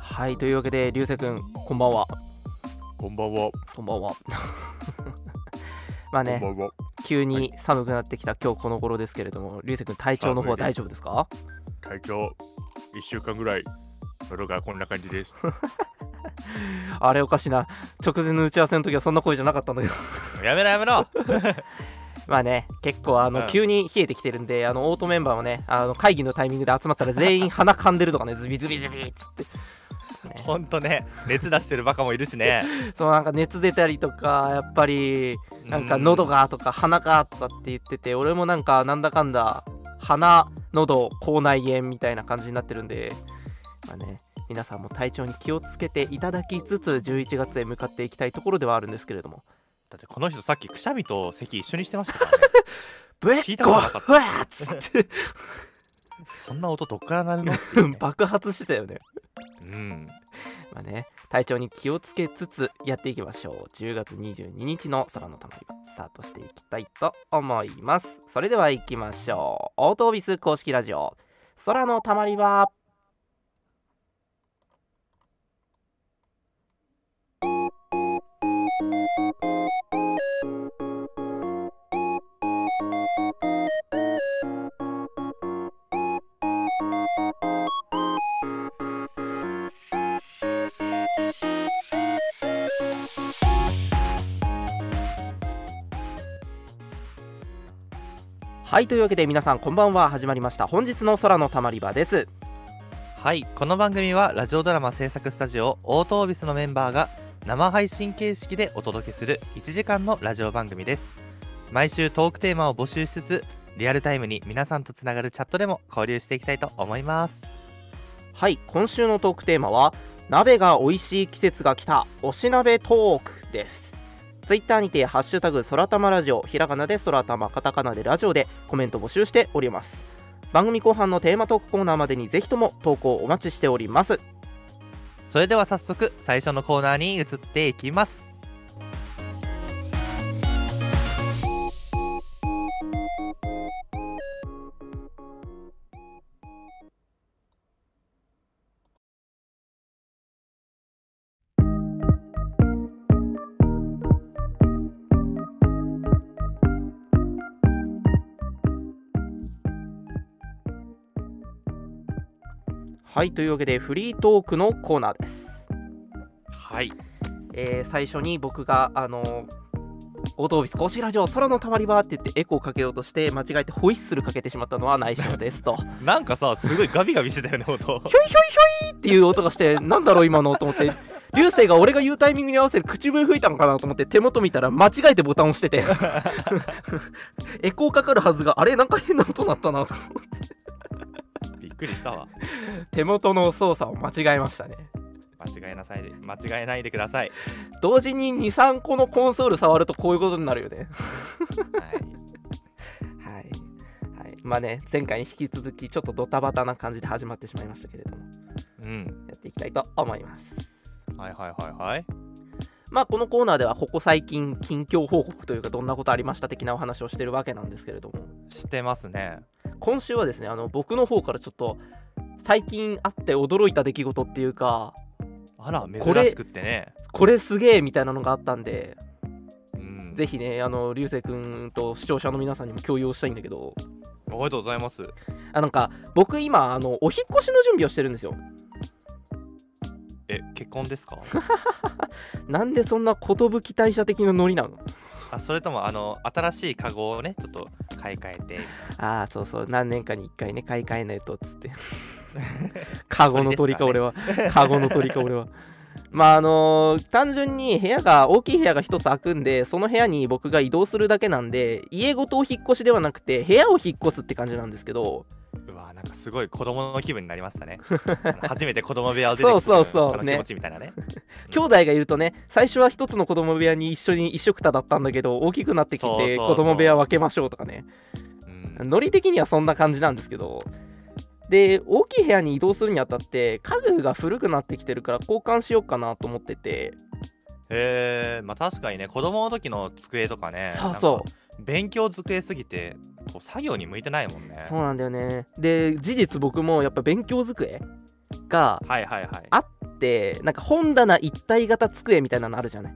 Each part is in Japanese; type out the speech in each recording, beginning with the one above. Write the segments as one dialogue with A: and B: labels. A: はいというわけで流星くんこんばんは
B: こんばんは。
A: こんばんは まあね
B: こんばんは。
A: 急
B: は
A: に
B: い
A: 寒くなってきた今日この頃ですけれども流星くん体調の方
B: 寒
A: は大
B: いです
A: 丈夫ですか
B: 体調一週間ぐらい。喉がこんな感じ です。
A: あれおかしいな直前の打ち合わせの時はそんな声じゃなかったんだけど
B: やめろやめろ。
A: まあね結構あの、
B: うん
A: 急に冷えてきてるんであのオートメンバーもねあの会議のタイミングで集まったら全員鼻かんでるとかねズビズビズビっつって
B: ほんとね、熱出してるバカもいるしね。
A: そのなんか熱出たりとかやっぱりなんか喉がとか鼻がとかって言ってて俺もなんかなんだかんだ鼻喉口内炎みたいな感じになってるんでまあね皆さんも体調に気をつけていただきつつ11月へ向かっていきたいところではあるんですけれども
B: だってこの人さっきくしゃみと咳一緒にしてましたからね。
A: ブエ
B: 聞い
A: ッ
B: た
A: コ
B: ことなかった
A: うわーっつって、
B: そんな音どっから鳴るのっていうね
A: 爆発してたよね
B: うん。
A: まあね体調に気をつけつつやっていきましょう10月22日の空のたまり場スタートしていきたいと思いますそれでは行きましょうオートオビス公式ラジオ空のたまり場はいというわけで皆さんこんばんは始まりました本日の空のたまり場です
C: はいこの番組はラジオドラマ制作スタジオオートオービスのメンバーが生配信形式でお届けする1時間のラジオ番組です毎週トークテーマを募集しつつリアルタイムに皆さんとつながるチャットでも交流していきたいと思います
A: はい今週のトークテーマは鍋が美味しい季節が来たおし鍋トークですツイッターにて「ハッシュタグ空玉ラジオ」ひらがなで空玉カタカナでラジオでコメント募集しております番組後半のテーマトークコーナーまでにぜひとも投稿お待ちしております
C: それでは早速最初のコーナーに移っていきます
A: はいというわけでフリートークのコーナーです
B: はい。
A: えー最初に僕があのーオートオフィス公式ラジオ空のたまり場って言ってエコーかけようとして間違えてホイッスルかけてしまったのは内緒ですと
B: なんかさ、すごいガビガビしてたよね、 音。
A: ひょいひょいひょいっていう音がしてなんだろう今のと思って流星が俺が言うタイミングに合わせて口笛吹いたのかなと思って手元見たら間違えてボタン押して てエコーかかるはずがあれなんか変な音鳴ったなと
B: びっくりしたわ。
A: 手元の操作を間違えましたね
B: 間違えなさいで、間違えないでください。
A: 同時に23個のコンソール触るとこういうことになるよね
B: はい。
A: はい、はい、まあね前回に引き続きちょっとドタバタな感じで始まってしまいましたけれども
B: うん。
A: やっていきたいと思います
B: はいはいはいはい。
A: まあこのコーナーではここ最近近況報告というかどんなことありました的なお話をしてるわけなんですけれども
C: してますね
A: 今週はですねあの僕の方からちょっと最近あって驚いた出来事っていうか
C: あら
A: これ
B: 珍しくってね。
A: これすげえみたいなのがあったんで
B: うん。
A: ぜひねあの流星くんと視聴者の皆さんにも共有をしたいんだけど
B: おめでとうございます。
A: あなんか僕今あのお引っ越しの準備をしてるんですよ
C: え結婚ですか
A: なんでそんな寿大社的なノリなの
C: あそれともあの新しいカゴをねちょっと買い替えて
A: ああそうそう何年かに1回ね買い替えないとっつって カゴの鳥か俺はカゴの鳥か俺はまああのー単純に部屋が大きい部屋が1つ開くんでその部屋に僕が移動するだけなんで家ごとお引っ越しではなくて部屋を引っ越すって感じなんですけど
C: うわなんかすごい子供の気分になりましたねあの初めて子供部屋を出て
A: そうそうそう
C: あの
A: ね
C: 気持ちみたいなね
A: 兄弟がいるとね最初は1つの子供部屋に一緒に一緒くただったんだけど大きくなってき
C: そうそうそ
A: て
C: う
A: 子供部屋分けましょうとかね
C: うん
A: ノリ的にはそんな感じなんですけどで大きい部屋に移動するにあたって家具が古くなってきてるから交換しようかなと思ってて、
C: えー、まあ確かにね子供の時の机とかね
A: そうそ
C: なんか勉強机すぎてこう作業に向いてないもんね
A: うそうなんだよねで事実僕もやっぱ勉強机が
B: はいはいはい。
A: あっってなんか本棚一体型机みたいなのあるじゃない、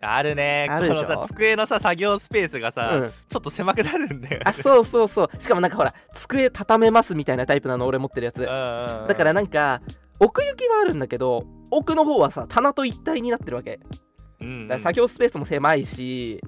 C: あるね
A: あるでし
C: こ
A: ょ
C: のさ机のさ作業スペースがさ、
A: うん、
C: ちょっと狭くなるんだよね
A: あ そうそうそうしかもなんかほら机畳めますみたいなタイプなの俺持ってるやつだ
C: だ
A: から
C: な
A: なんか奥行きはあるんだけど奥の方はさ棚と一体になってるわけ
C: うんうん
A: だから作業スペースも狭いし、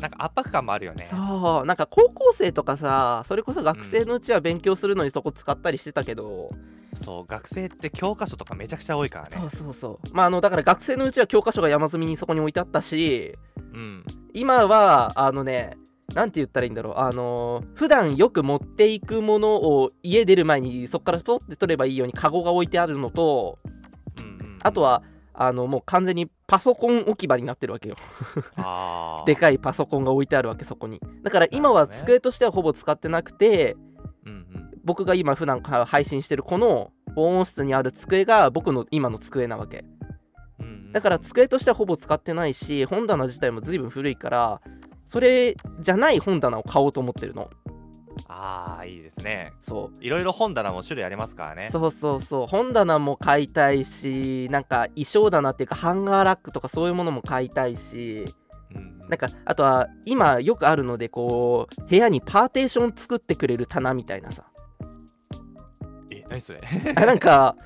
C: なんか圧迫感もあるよね
A: そうなんか高校生とかさそれこそ学生のうちは勉強するのにそこ使ったりしてたけど、
C: そう学生って教科書とかめちゃくちゃ多いから
A: そ
C: ね
A: うそうそうまああのだから学生のうちは教科書が山積みにそこに置いてあったし
C: うん
A: 今はあのねなんて言ったらいいんだろうあのー普段よく持っていくものを家出る前にそこからポッて取ればいいようにカゴが置いてあるのと
C: うんうん
A: あとはあのもう完全にパソコン置き場になってるわけよ
C: あー
A: でかいパソコンが置いてあるわけそこにだから今は
C: なるほどね
A: 机としてはほぼ使ってなくて
C: うんうん
A: 僕が今普段か配信してるこの防音室にある机が僕の今の机なわけ
C: うんうん
A: だから机としてはほぼ使ってないし本棚自体も随分古いからそれじゃない本棚を買おうと思ってるの
C: ああいいですね
A: そう
C: いろいろ本棚も種類ありますからね
A: そうそうそう本棚も買いたいしなんか衣装棚っていうかハンガーラックとかそういうものも買いたいし
C: うん
A: なんかあとは今よくあるのでこう部屋にパーテーション作ってくれる棚みたいなさ
C: え何それ
A: あ なんか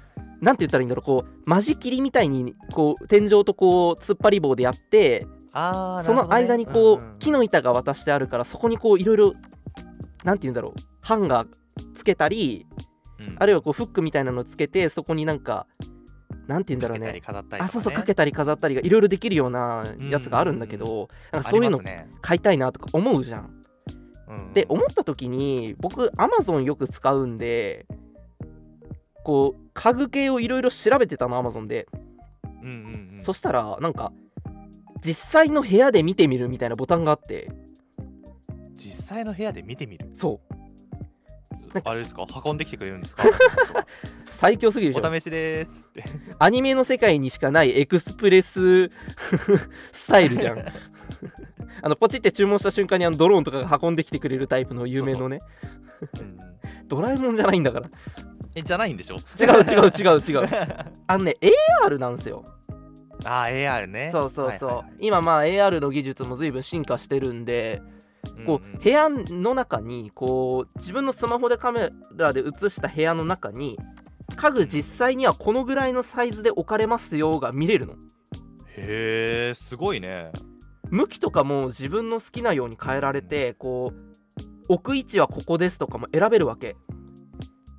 A: なんて言ったらいいんだろうこう間仕切りみたいにこう天井とこう突っ張り棒でやって
C: ああ
A: その間にこう、木の板が渡してあるからそこにこういろいろなんて言うんだろうハンガーつけたりあるいはこうフックみたいなのつけてそこになんかなんて言うんだろうね
C: 飾ったりとかね
A: あそうそうかけたり飾ったりがいろいろできるようなやつがあるんだけ
C: うんう
A: どなんか
C: あ
A: そ
C: り
A: ういう
C: ま
A: の
C: すね
A: 買いたいなとか思うじゃん。
C: うんうん
A: で思った時に僕 Amazon よく使うんでこう家具系をいろいろ調べてたの Amazon で
C: うんうんうん
A: そしたらなんか実際の部屋で見てみるみたいなボタンがあって
C: 実際の部屋で見てみる
A: そうなん
C: あれですか運んできてくれる んですか
A: 最強すぎるでしょ
C: お試しですって
A: アニメの世界にしかないエクスプレス スタイルじゃ んあのポチって注文した瞬間にあのドローンとかが運んできてくれるタイプの有名のねドラえもんじゃないんだから
C: えじゃないんでしょ
A: 違う違う違う違 うあのね AR なんですよ
C: あー AR ね
A: そうそうそう、
C: はいはいはい
A: 今まあ AR の技術も随分進化してるんでこ
C: うんう
A: うん部屋の中にこう自分のスマホでカメラで映した部屋の中に家具実際にはこのぐらいのサイズで置かれますよが見れるの
C: へえすごいね
A: 向きとかも自分の好きなように変えられてこう置く位置はここですとかも選べるわけ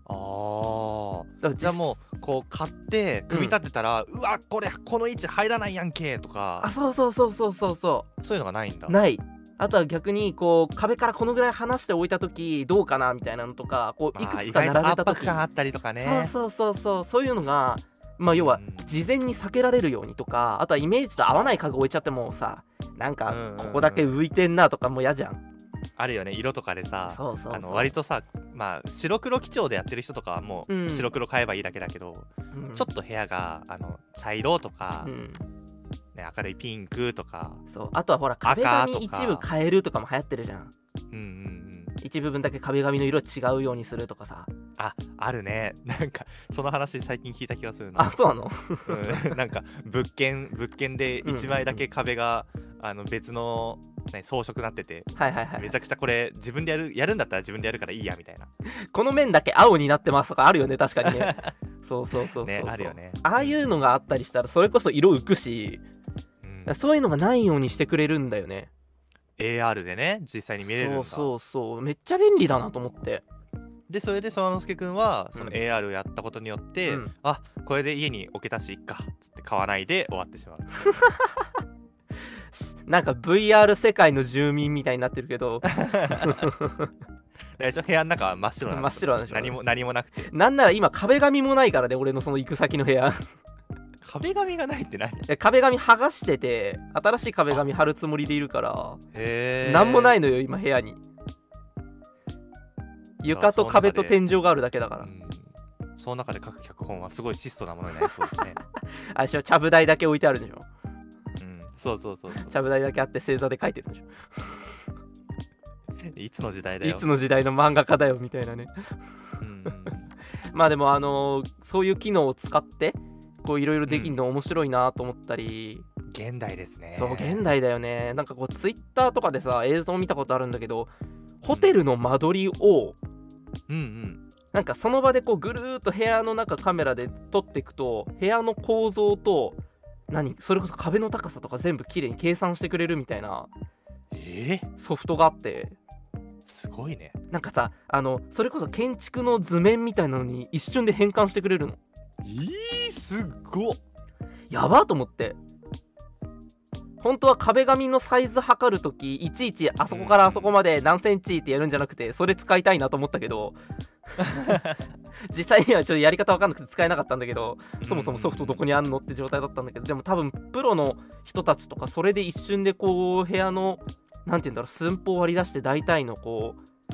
C: ああ
A: だから実
C: じゃあもうこう買って組み立てたら、うわこれこの位置入らないやんけと
A: あ
C: か
A: そうそうそうそうそうそ
C: そういうのがないんだ
A: うないあとは逆にこう壁からこのぐらい離しておいた時どうかなみたいなのとかこうい
C: まあ
A: くつ
C: 意
A: か
C: 外と
A: 並べ
C: 圧
A: た
C: 迫
A: 時、
C: 感あったりとかね
A: そうそうそうそうそういうのがまあ要は
C: うん
A: 事前に避けられるようにとかあとはイメージと合わない家具置いちゃってもさなん
C: うんうんう
A: か
C: ん
A: ここだけ浮いてんなとかも嫌じゃん、
C: あるよね色とかでさ
A: そうそうそう
C: あの割とさまあ白黒基調でやってる人とかはも
A: う
C: うん白黒買えばいいだけだけど、
A: うん
C: ちょっと部屋があの茶色とか、
A: うん
C: ね、明るいピンクとか、
A: そうあとはほら壁紙一部変えるとかも流行ってるじゃん
C: うんうんうん、
A: 一部分だけ壁紙の色違うようにするとかさ
C: ああるね なんかその話最近聞いた気がするな
A: あそうなの
C: うんなんか物件物件で
A: うんうんうん
C: 1枚だけ壁が、あの別の、ね、装飾なってて
A: はいはいは
C: め
A: い
C: ちゃくちゃこれ自分でやるやるんだったら自分でやるからいいやみたいな
A: この面だけ青になってますとかあるよね確かに ねそうそうそうそうそう
C: ねあるよね
A: ああいうのがあったりしたらそれこそ色浮くし
C: うん
A: そういうのがないようにしてくれるんだよね
C: AR でね実際に見れるんだ
A: そうそうそうめっちゃ便利だなと思って
C: でそれで沢之助君はその
A: うん
C: AR をやったことによって、
A: うん
C: あこれで家に置けたしいっかつって買わないで終わってしまう
A: なんか VR 世界の住民みたいになってるけ ど
C: 大丈夫部屋の中は真っ白なん
A: 真っ白なんでしょ
C: 何も何もなくて
A: なんなら今壁紙もないからね俺のその行く先の部屋
C: 壁紙がないって何へ
A: 壁紙剥がしてて新しい壁紙貼るつもりでいるから
C: え
A: なんもない
C: の、
A: のよ今部屋に
C: じゃあ
A: 床と壁と
C: その中で
A: 天井があるだけだから
C: うんその中で書く脚本はすごい質素なものになりそうで すね、
A: あれでしょちゃぶ台だけ置いてあるんでしょ
C: うん、そうそうそう
A: ちゃぶ台だけあって正座で書いてるんでしょ
C: いつの時代だ
A: い
C: よ
A: つの時代の漫画家だよみたいなね
C: うんうん
A: まあでもあのーそういう機能を使ってこういろいろできるの面白いなと思ったり、
C: 現代ですね
A: そう現代だよねなんかこうツイッターとかでさ映像見たことあるんだけどホテルの間取りを
C: うんうん
A: なんかその場でこうぐるーっと部屋の中カメラで撮っていくと部屋の構造と何それこそ壁の高さとか全部綺麗に計算してくれるみたいな
C: え
A: ソフトがあって
C: すごいね
A: なんかさあのそれこそ建築の図面みたいなのに一瞬で変換してくれるの
C: えー、すっごっ
A: やばーと思って本当は壁紙のサイズ測るときいちいちあそこからあそこまで何センチってやるんじゃなくてそれ使いたいなと思ったけ ど実際にはちょっとやり方わかんなくて使えなかったんだけどそもそもソフトどこにあんのって状態だったんだけどでも多分プロの人たちとかそれで一瞬でこう部屋のなんて言うんだろう寸法割り出して大体のこう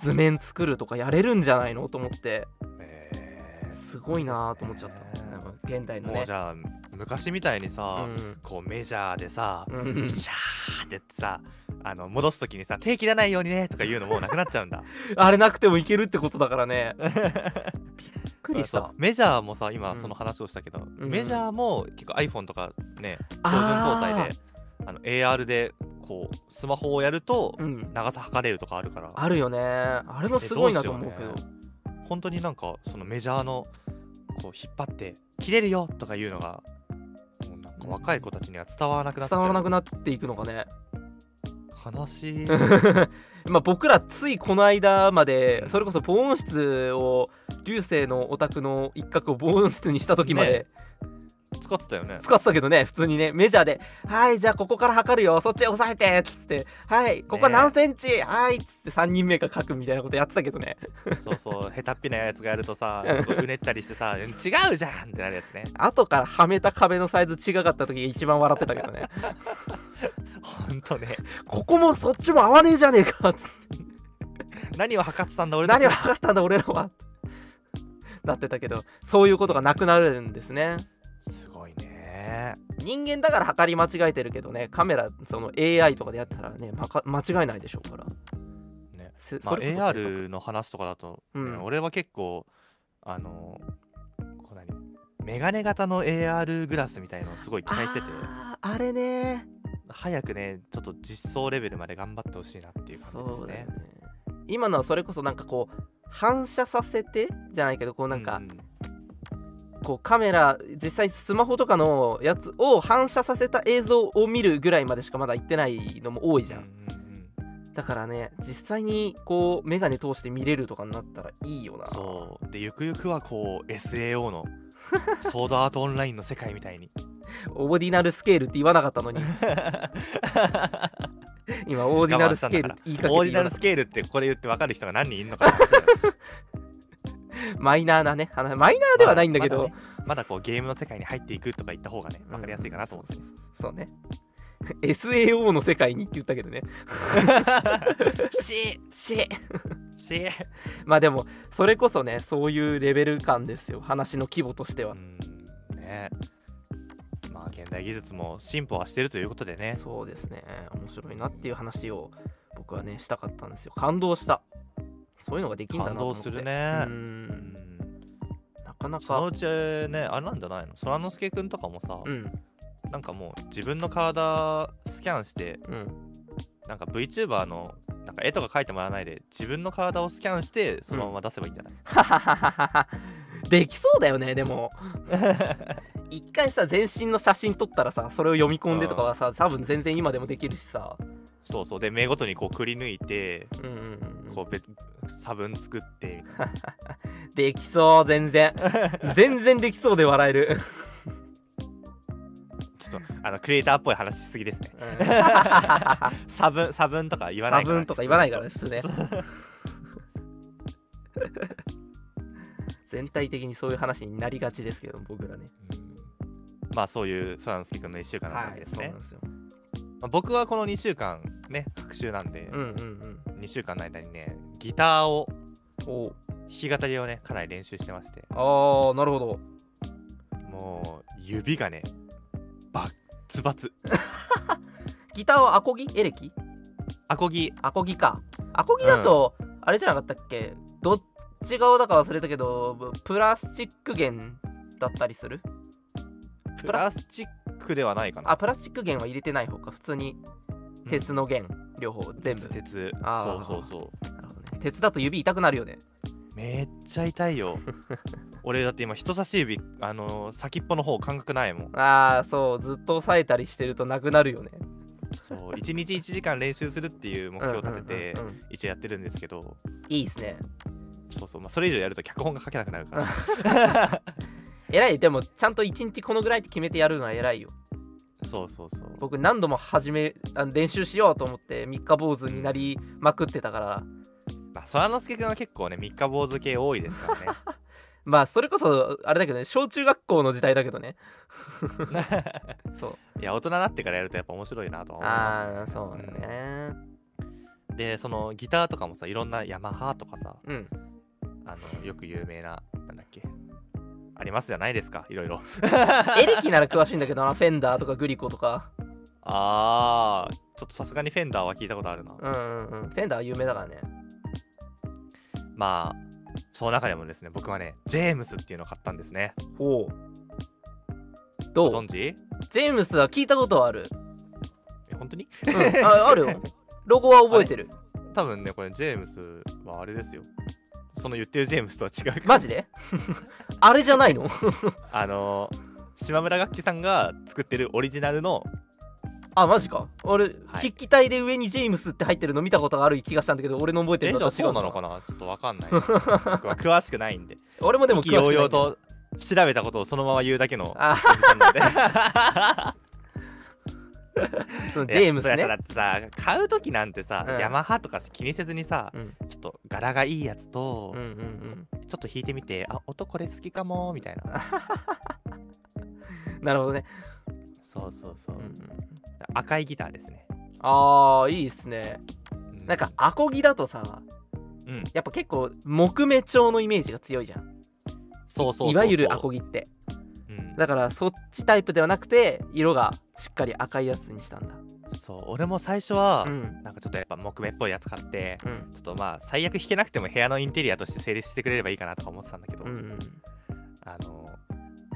A: 図面作るとかやれるんじゃないのと思って
C: え
A: すごいなーと思っちゃった、現代
C: ー
A: の
C: も
A: ね
C: うじゃあ昔みたいにさ、
A: うん
C: こうメジャーでさ、
A: うんうん
C: シャーってさあの戻す時にさ手切らないようにねとか言うのもうなくなっちゃう んだ
A: あれなくてもいけるってことだからね。びっくりし
C: そ
A: た
C: う。メジャーもさ今
A: うん
C: その話をしたけど、
A: うん
C: メジャーも結構 iPhone とかね標準搭
A: あ
C: 載であの AR でこうスマホをやると
A: ーうん。
C: 長さ測れるとかあるから、
A: あるよね。あれもすごいなと思うけど。
C: えどうしよ本当になんかそのメジャーのこう引っ張って切れるよとかいうのがもうなんか若い子たちには伝わらなくなっちゃ
A: 伝
C: う
A: わらなくなっていくのかね。
C: 悲しい
A: まあ僕らついこの間まで
C: うん
A: それこそ防音室を流星のお宅の一角を防音室にした時まで
C: 使ってたよね
A: 使ってたけどね普通にねメジャーで「はいじゃあここから測るよそっち押さえて」っつって「はいここは何センチはい」っつって3人目が書くみたいなことやってたけどね
C: そうそう、下手っぴなやつがやるとさ、すごいうねったりしてさ、違うじゃんってなるやつね。
A: 後からはめた壁のサイズ違かった時が一番笑ってたけどね
C: ほんとね、
A: ここもそっちも合わねえじゃねえかつって
C: 何を測ってたん だ俺たち
A: 何を測ったんだ俺らはなってたけどそういうことがなくなるんですね
C: すごいね。
A: 人間だから測り間違えてるけどねカメラその AI とかでやったらね、まか、間違えないでしょうから、
C: ね
A: せ
C: まあ、
A: それこそ正確
C: AR の話とかだと、
A: うん
C: ね俺は結構、あの、こう何メガネ型の AR グラスみたいのをすごい期待してて、
A: あーあれね
C: 早くね、ちょっと実装レベルまで頑張ってほしいなっていう感じで
A: そ
C: す
A: うだよ
C: ね
A: ね。今のはそれこそなんかこう反射させてじゃないけどこうなんか、
C: うう
A: こうカメラ実際スマホとかのやつを反射させた映像を見るぐらいまでしかまだ行ってないのも多いじゃん
C: うんうんうん
A: だからね実際にこうメガネ通して見れるとかになったらいいよな
C: そうでゆくゆくはこう SAO のソードアートオンラインの世界みた いに
A: オーディナルスケールって言わなかったの に今オーディナルスケールって言いかけ
C: オー
A: て
C: ディ
A: 言
C: ナ
A: わ
C: ル
A: なか
C: ス
A: っ
C: ケールってここで言って分かる人が何人いるのかな
A: たマイナーなね話マイナーではないんだけど、
C: まだ,、まだこうゲームの世界に入っていくとか言った方がね分かりやすいかなと思って、
A: うんそうね SAO の世界にって言ったけどね
C: し
A: し
C: し
A: まあでもそれこそねそういうレベル感ですよ話の規模としては、
C: うんねまあ現代技術も進歩はしてるということでね
A: そうですね面白いなっていう話を僕はねしたかったんですよ感動したそういうのができんだな
C: 感
A: と思
C: 動
A: って
C: する
A: う
C: ねうんん
A: なかな
C: その
A: か
C: うちねあれなんじゃないの空之助くんとかもさ、
A: うん
C: なんかもう自分の体スキャンして
A: うん
C: なんか VTuber のなんか絵とか描いてもらわないで自分の体をスキャンしてそのまま出せばいいんじゃない、
A: ははははは できそうだよねでも 一回さ全身の写真撮ったらさそれを読み込んでとかはさ多分全然今でもできるしさ
C: そうそうで目ごとにこうくり抜いて
A: うんうんうん
C: こうべ差分作ってみたい
A: できそう全 然全然できそうで笑える、
C: なちょっとあのクリエイターっぽい話しすぎですね
A: うん、
C: 差分差分とか言わな
A: 差
C: いから
A: 分とか言わないからね普通ね全体的にそういう話になりがちですけど僕らね
C: うんまあそういうそらのすけくんの1週間の話です
A: そう
C: ね、
A: なんですよ
C: まあ、僕はこの2週間ね隔週なんで
A: う、んうん
C: 2週間の間にねギターを
A: うん
C: 弾き語りをねかなり練習してまして
A: おあーなるほど
C: もう指がねバッツバツ
A: ギターはアコギエレキ
C: アコギ
A: アコギかアコギだと、あれじゃなかったっけどっち側だか忘れたけどぶプラスチック弦だったりする
C: プラスチックではないかな
A: あプラスチック源は入れてない方か普通に鉄の源、両方全部
C: 鉄鉄
A: あー
C: そうそうそう
A: なるほどね鉄だと指痛くなるよね
C: めっちゃ痛 いよ俺だって今人差し指あのー先っぽの方感覚ないもん
A: ああそうずっと押さえたりしてるとなくなるよね
C: そう1日1 時間練習するっていう目標を立てて
A: うんうんうんうん
C: 一応やってるんですけど
A: いいですね
C: そうそう、まあ、それ以上やると脚本が書けなくな るから
A: 偉いでもちゃんと1日このぐらいって決めてやるのは偉いよ
C: そうそうそう
A: 僕何度も始めあの練習しようと思って三日坊主になりまくってたから
C: まあ、空之助君は結構ね三日坊主系多いですからね
A: まあそれこそあれだけどね小中学校の時代だけどね そう
C: いや大人になってからやるとやっぱ面白いなとは思います
A: ああーそうだね
C: でそのギターとかもさいろんなヤマハとかさ
A: うん
C: あのよく有名ななんだっけありますじゃないですかいろいろ
A: エレキなら詳しいんだけどなフェンダーとかグリコとか
C: あーちょっとさすがにフェンダーは聞いたことあるな、
A: うんうんうんフェンダーは有名だからね
C: まあその中でもですね僕はねジェームスっていうのを買ったんですね
A: ほうど
C: ご
A: う
C: 存知
A: ジェームスは聞いたことはある、
C: え本当に
A: うんああ るよロゴは覚えてる
C: 多分ねこれジェームスはあれですよその言ってるジェームスとは違う
A: マジで あれじゃないの
C: あの島村楽器さんが作ってるオリジナルの
A: あマジか俺、
C: い
A: 筆記体で上にジェームスって入ってるの見たことがある気がしたんだけど俺の覚えて
C: え
A: る
C: じ
A: の
C: ゃあ
A: は違
C: そううなのかなちょっとわかんない 僕は詳しくないんで
A: 俺もでも
C: 意
A: 詳しく
C: 気
A: ない
C: 揚々と調べたことをそのまま言うだけの
A: あ
C: おじさ んなんで
A: そのジェームス
C: いやそりゃ
A: ね
C: さだってさ買う時なんてさ、
A: うん
C: ヤマハとか気にせずにさ、
A: うん
C: ちょっと柄がいいやつと、
A: うんうんうん
C: ちょっと弾いてみてあ音これ好きかもみたいな
A: なるほどね、
C: そうそうそう、
A: うんうん、
C: 赤いギターですね、
A: あーいいっすね
C: う
A: なんかアコギだとさ
C: うん
A: やっぱ結構木目調のイメージが強いじゃん
C: そうそうそうそう
A: いわゆるアコギって
C: うん
A: だからそっちタイプではなくて色がしっかり赤いやつにしたんだ
C: そう俺も最初は、
A: うん
C: なんかちょっとやっぱ木目っぽいやつ買って
A: うん
C: ちょっとまあ最悪弾けなくても部屋のインテリアとして成立してくれればいいかなとか思ってたんだけど、
A: うんうん
C: あの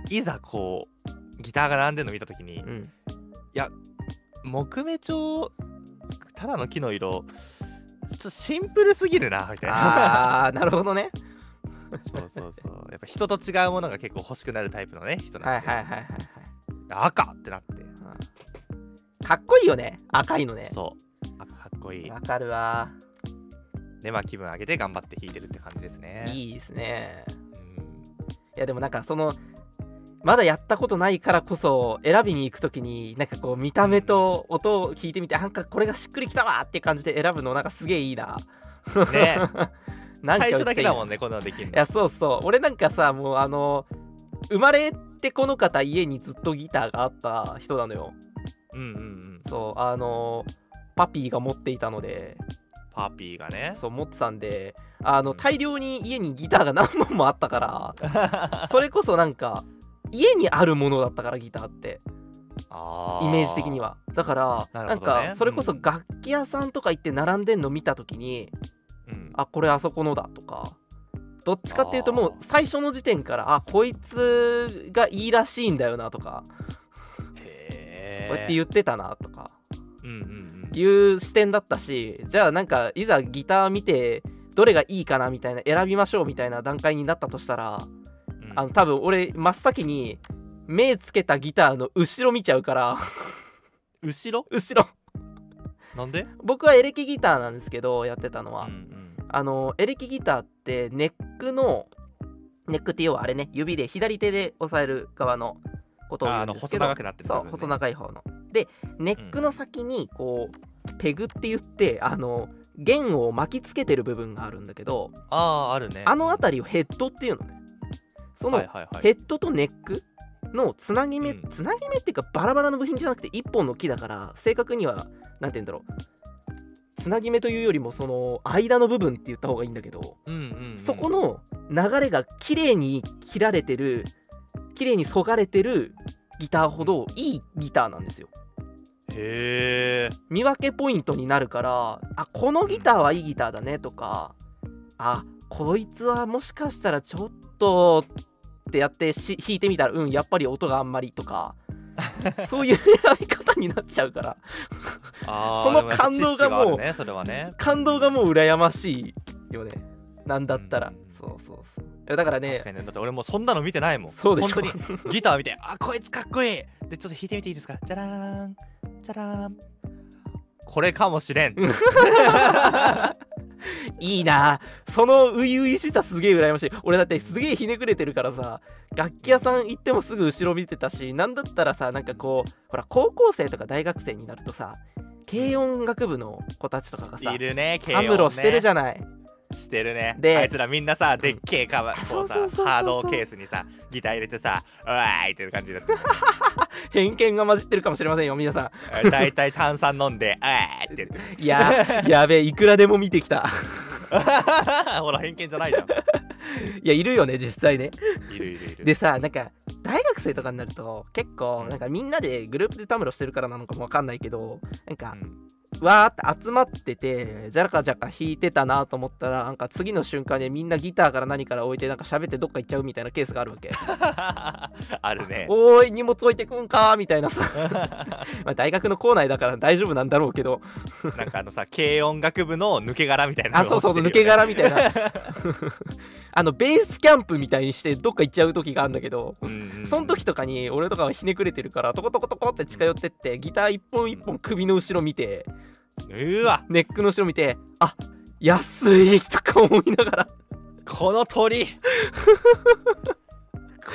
C: いざこうギターが並んでるの見た時に、
A: うん
C: 木目調ただの木の色ちょっとシンプルすぎるなみたいな
A: ああなるほど ね
C: そうそうそうやっぱ人と違うものが結構欲しくなるタイプのね人
A: は
C: ないんで、
A: はいはいはいはい
C: 赤ってなって、
A: かっこいいよね赤いのね
C: そう赤かっこいい
A: わかるわ
C: でまあ気分上げて頑張って弾いてるって感じですね
A: いいですね
C: うん
A: いやでもなんかそのまだやったことないからこそ選びに行くときになんかこう見た目と音を聞いてみてなんかこれがしっくりきたわーって感じで選ぶのなんかすげえいいな
C: ね
A: なんかめっ
C: 最
A: ちゃいいな
C: 初だけだもんねこんなのできる
A: いやそうそう俺なんかさもうあの生まれてこの方家にずっとギターがあった人なのよ
C: うんうんうん
A: そうあのパピーが持っていたので
C: パーピーがね
A: そう持ってたんであの
C: うん
A: 大量に家にギターが何本もあったから それこそなんか家にあるものだったからギターって
C: あ
A: イメージ的に
C: は
A: はだからな,、
C: なる
A: ん
C: ほどね
A: かそれこそ
C: うん
A: 楽器屋さんとか行って並んでんの見た時に、
C: うん
A: あこれあそこのだとかどっちかっていうと
C: あー
A: もう最初の時点からあこいつがいいらしいんだよなとか
C: へえ
A: こうやって言ってたなとか
C: うんうんうん
A: いう視点だったしじゃあなんかいざギター見てどれがいいかなみたいな選びましょうみたいな段階になったとしたら
C: うん
A: あの多分俺真っ先に目つけたギターの後ろ見ちゃうから
C: 後ろ
A: 後ろ
C: なんで
A: 僕はエレキギターなんですけどやってたのは、
C: うん
A: あのエレキギターってネックのネックって要はあれね指で左手で押さえる側のことを言う
C: あ
A: ん
C: の
A: です
C: 細
A: けど
C: 長くなってる部
A: そ
C: 分
A: う
C: ね
A: 細長い方のでネックの先にこうペグって言ってあの弦を巻きつけてる部分があるんだけど
C: あああるね
A: あの辺りをヘッドっていうのねその
C: はいはいはい
A: ヘッドとネックのつなぎ目、
C: うん
A: つなぎ目っていうかバラバラの部品じゃなくて1本の木だから正確には何て言うんだろうつなぎ目というよりもその間の部分って言った方がいいんだけど、
C: うんうんうん
A: そこの流れが綺麗に切られてる綺麗にそがれてるギターほどいいギターなんですよ。
C: へえ
A: 見分けポイントになるからあこのギターはいいギターだねとかあこいつはもしかしたらちょっとってやってし弾いてみたらうんやっぱり音があんまりと かそういう選び方になっちゃうから
C: あー
A: その感動がもう
C: でやっぱ知識はあるねそれはね
A: 感動がもう羨ましいよねなんだったら、
C: うん
A: そうそうそういやだからね
C: 確かにねだって俺もうそんなの見てないもん
A: そうでしょ
C: 本当にギター見てあこいつかっこいいでちょっと弾いてみていいですかじゃらーんじゃらーんこれかもしれん
A: いいなその初々しさすげえ羨ましい俺だってすげえひねくれてるからさ楽器屋さん行ってもすぐ後ろ見てたしなんだったらさなんかこうほら高校生とか大学生になるとさ軽音楽部の子たちとかがさ
C: いるね軽
A: ア
C: 音
A: ムロしてるじ
C: ゃ
A: ゃない
C: んしてるね
A: で
C: あいつらみんなさでっけえカバ
A: あ
C: ーこうさ
A: そうそうそうそうそう
C: ハードケースにさギター入れてさ「うわーい」っていう感じだった
A: 偏見が混じってるかもしれませんよ皆さ
C: だいたい炭酸飲んで、あーって。
A: んい ややべえいくらでも見てきた
C: ほら、偏見じゃないじゃん。
A: いやいるよね実際ね
C: いるいるいる。
A: でさなんか大学生とかになると結構なんかみんなでグループでたむろしてるからなのかもわかんないけどなんか
C: うん
A: わーって集まっててじゃらかじゃらか弾いてたなと思ったらなんか次の瞬間にみんなギターから何から置いてなんか喋ってどっか行っちゃうみたいなケースがあるわけ
C: あるね。
A: おーい荷物置いてくんかーみたいなさまあ大学の校内だから大丈夫なんだろうけど
C: なんかあのさ、軽音楽部の抜け殻みた いな
A: あ
C: の
A: そう
C: をして
A: そう
C: るよね。
A: 抜け殻みたいな あのベースキャンプみたいにしてどっか行っちゃう時があるんだけど
C: うんうん。
A: その時とかに俺とかはひねくれてるからトコトコトコって近寄ってってギター一本一本首の後ろ見て
C: うわ、
A: ネックの後ろ見てあ安いとか思いながら
C: この鳥。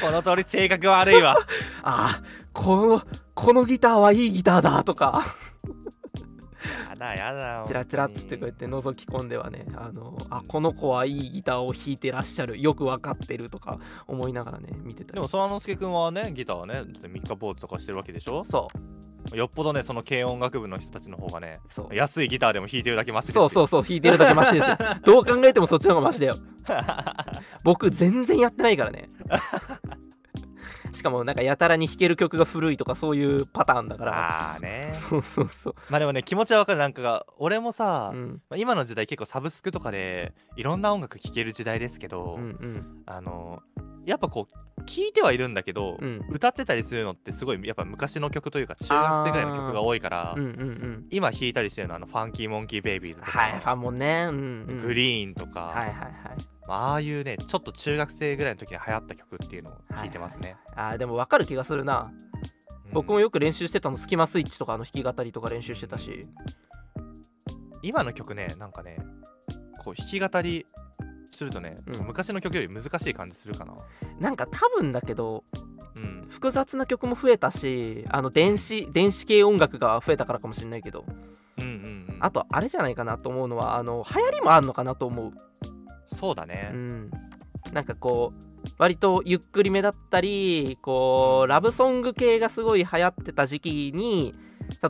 C: この鳥性格悪いわ。
A: あーこのこのギターはいいギターだと か
C: やだやだ。
A: チラチラっつってこうやって覗き込んではねあのあこの子はいいギターを弾いてらっしゃるよくわかってるとか思いながらね見てたり
C: でも、そらのすけくんはね、ギターはね、だって三日坊主とかしてるわけでしょ
A: そう
C: よっぽどね、その軽音楽部の人たちの方がね、
A: そう
C: 安いギターでも弾いてるだけマシです
A: そう
C: よ。
A: そうそう弾いてるだけマシ ですよどう考えてもそっちの方がマシ だよ僕全然やってないから ねしかもなんかやたらに弾ける曲が古いとかそういうパターンだから
C: ああね。
A: そうそうそう、
C: まあでもね気持ちはわかるなんかが俺もさ、
A: うん、
C: まあ今の時代結構サブスクとかでいろんな音楽聴ける時代ですけど、
A: うんうん
C: あのやっぱこう聴いてはいるんだけど、
A: うん
C: 歌ってたりするのってすごいやっぱ昔の曲というか中学生ぐらいの曲が多いから
A: うんうんうん
C: 今弾いたりしてるのはあのファンキーモンキーベイビーズとか、
A: はいファンもねうん、うん、
C: グリーンとか、
A: はいはいはい
C: まあああいうねちょっと中学生ぐらいの時に流行った曲っていうのを聴いてますね、
A: あーでも分かる気がするな、
C: うん
A: 僕もよく練習してたのスキマスイッチとかの弾き語りとか練習してたし
C: 今の曲ねなんかねこう弾き語りするとね、
A: うん
C: 昔の曲より難しい感じするかな、
A: なんか多分だけど
C: うん、
A: 複雑な曲も増えたしあの電子電子系音楽が増えたからかもしれないけど
C: うんうんうん
A: あとあれじゃないかなと思うのはあの流行りもあるのかなと思う
C: そうだね、
A: うんなんかこう割とゆっくりめだったりこうラブソング系がすごい流行ってた時期に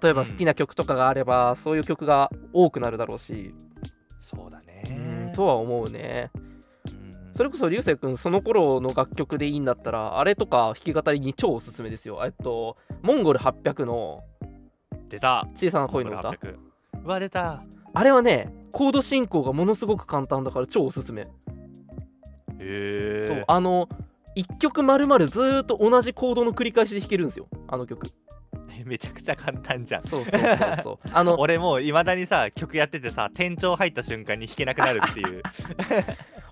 A: 例えば
C: うん
A: 好きな曲とかがあれば、そういう曲が多くなるだろうし、
C: そうだね、
A: うんとは思うね
C: うん
A: それこそ流星君その頃の楽曲でいいんだったらあれとか弾き語りに超おすすめですよえっとモンゴル800の
C: 出た
A: 小さな恋の
C: こ
A: 歌
C: れ800うわ出た
A: あれはねコード進行がものすごく簡単だから超おすすめ、
C: へ
A: そう
C: え
A: あの1曲まるまるずーっと同じコードの繰り返しで弾けるんですよあの曲
C: めちゃくちゃ簡単じゃん
A: そうそうそうそう あの
C: 俺もういまだにさ曲やっててさ転調入った瞬間に弾けなくなるって いう、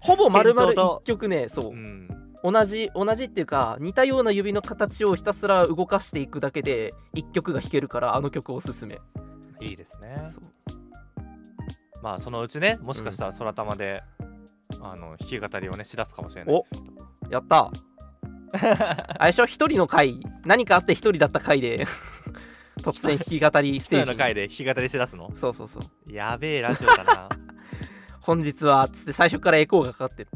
A: ほぼまるまる
C: 転調と、
A: 1曲ねそううん同じ同じっていうか似たような指の形をひたすら動かしていくだけで1曲が弾けるからあの曲おすすめ
C: いいですね
A: そう
C: まあそのうちねもしかしたら空玉で、あの弾き語りをねしだすかもしれない
A: おやったあれでしょ一人の回何かあって一人だった回 で突然弾き語りステ
C: 一
A: ー
C: 人
A: ジ
C: の
A: に
C: 回で弾き語りしだすの
A: そうそうそう
C: やべえラジオだ な
A: 本日はつって最初からエコーがかか ってる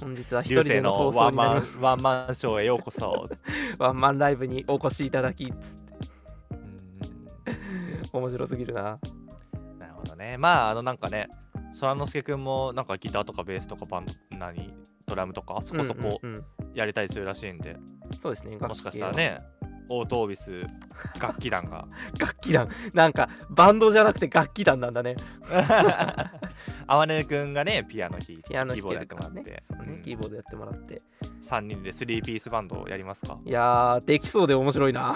A: 本日は一
C: 流
A: 人で
C: 星
A: の
C: の
A: 放
C: ワ
A: 送
C: ン
A: になり
C: マ
A: ます
C: ンワンマンショーへようこ そ、
A: ワンマンライブにお越しいただき
C: うん
A: 面白すぎるな
C: なるほどね。まあ、あの、なんかね、そらのすけくんも、なんかギターとかベースとかバンド、何、ドラムとか、そこそこ
A: うんうんうん
C: やりたいするらしいんで、
A: そうですね
C: もしかしたらね、オートオービス楽器団 が
A: 楽器団なんかバンドじゃなくて楽器団なんだね
C: あわねるくんがねピアノ弾いて
A: ピアノ
C: キー
A: 弾け
C: ボードやっ
A: る
C: て
A: か
C: もら
A: ら
C: っ
A: ね
C: て、
A: そうねキーボードやってもらって
C: 3人で3ピースバンドをやりますか
A: いやーできそうで面白い な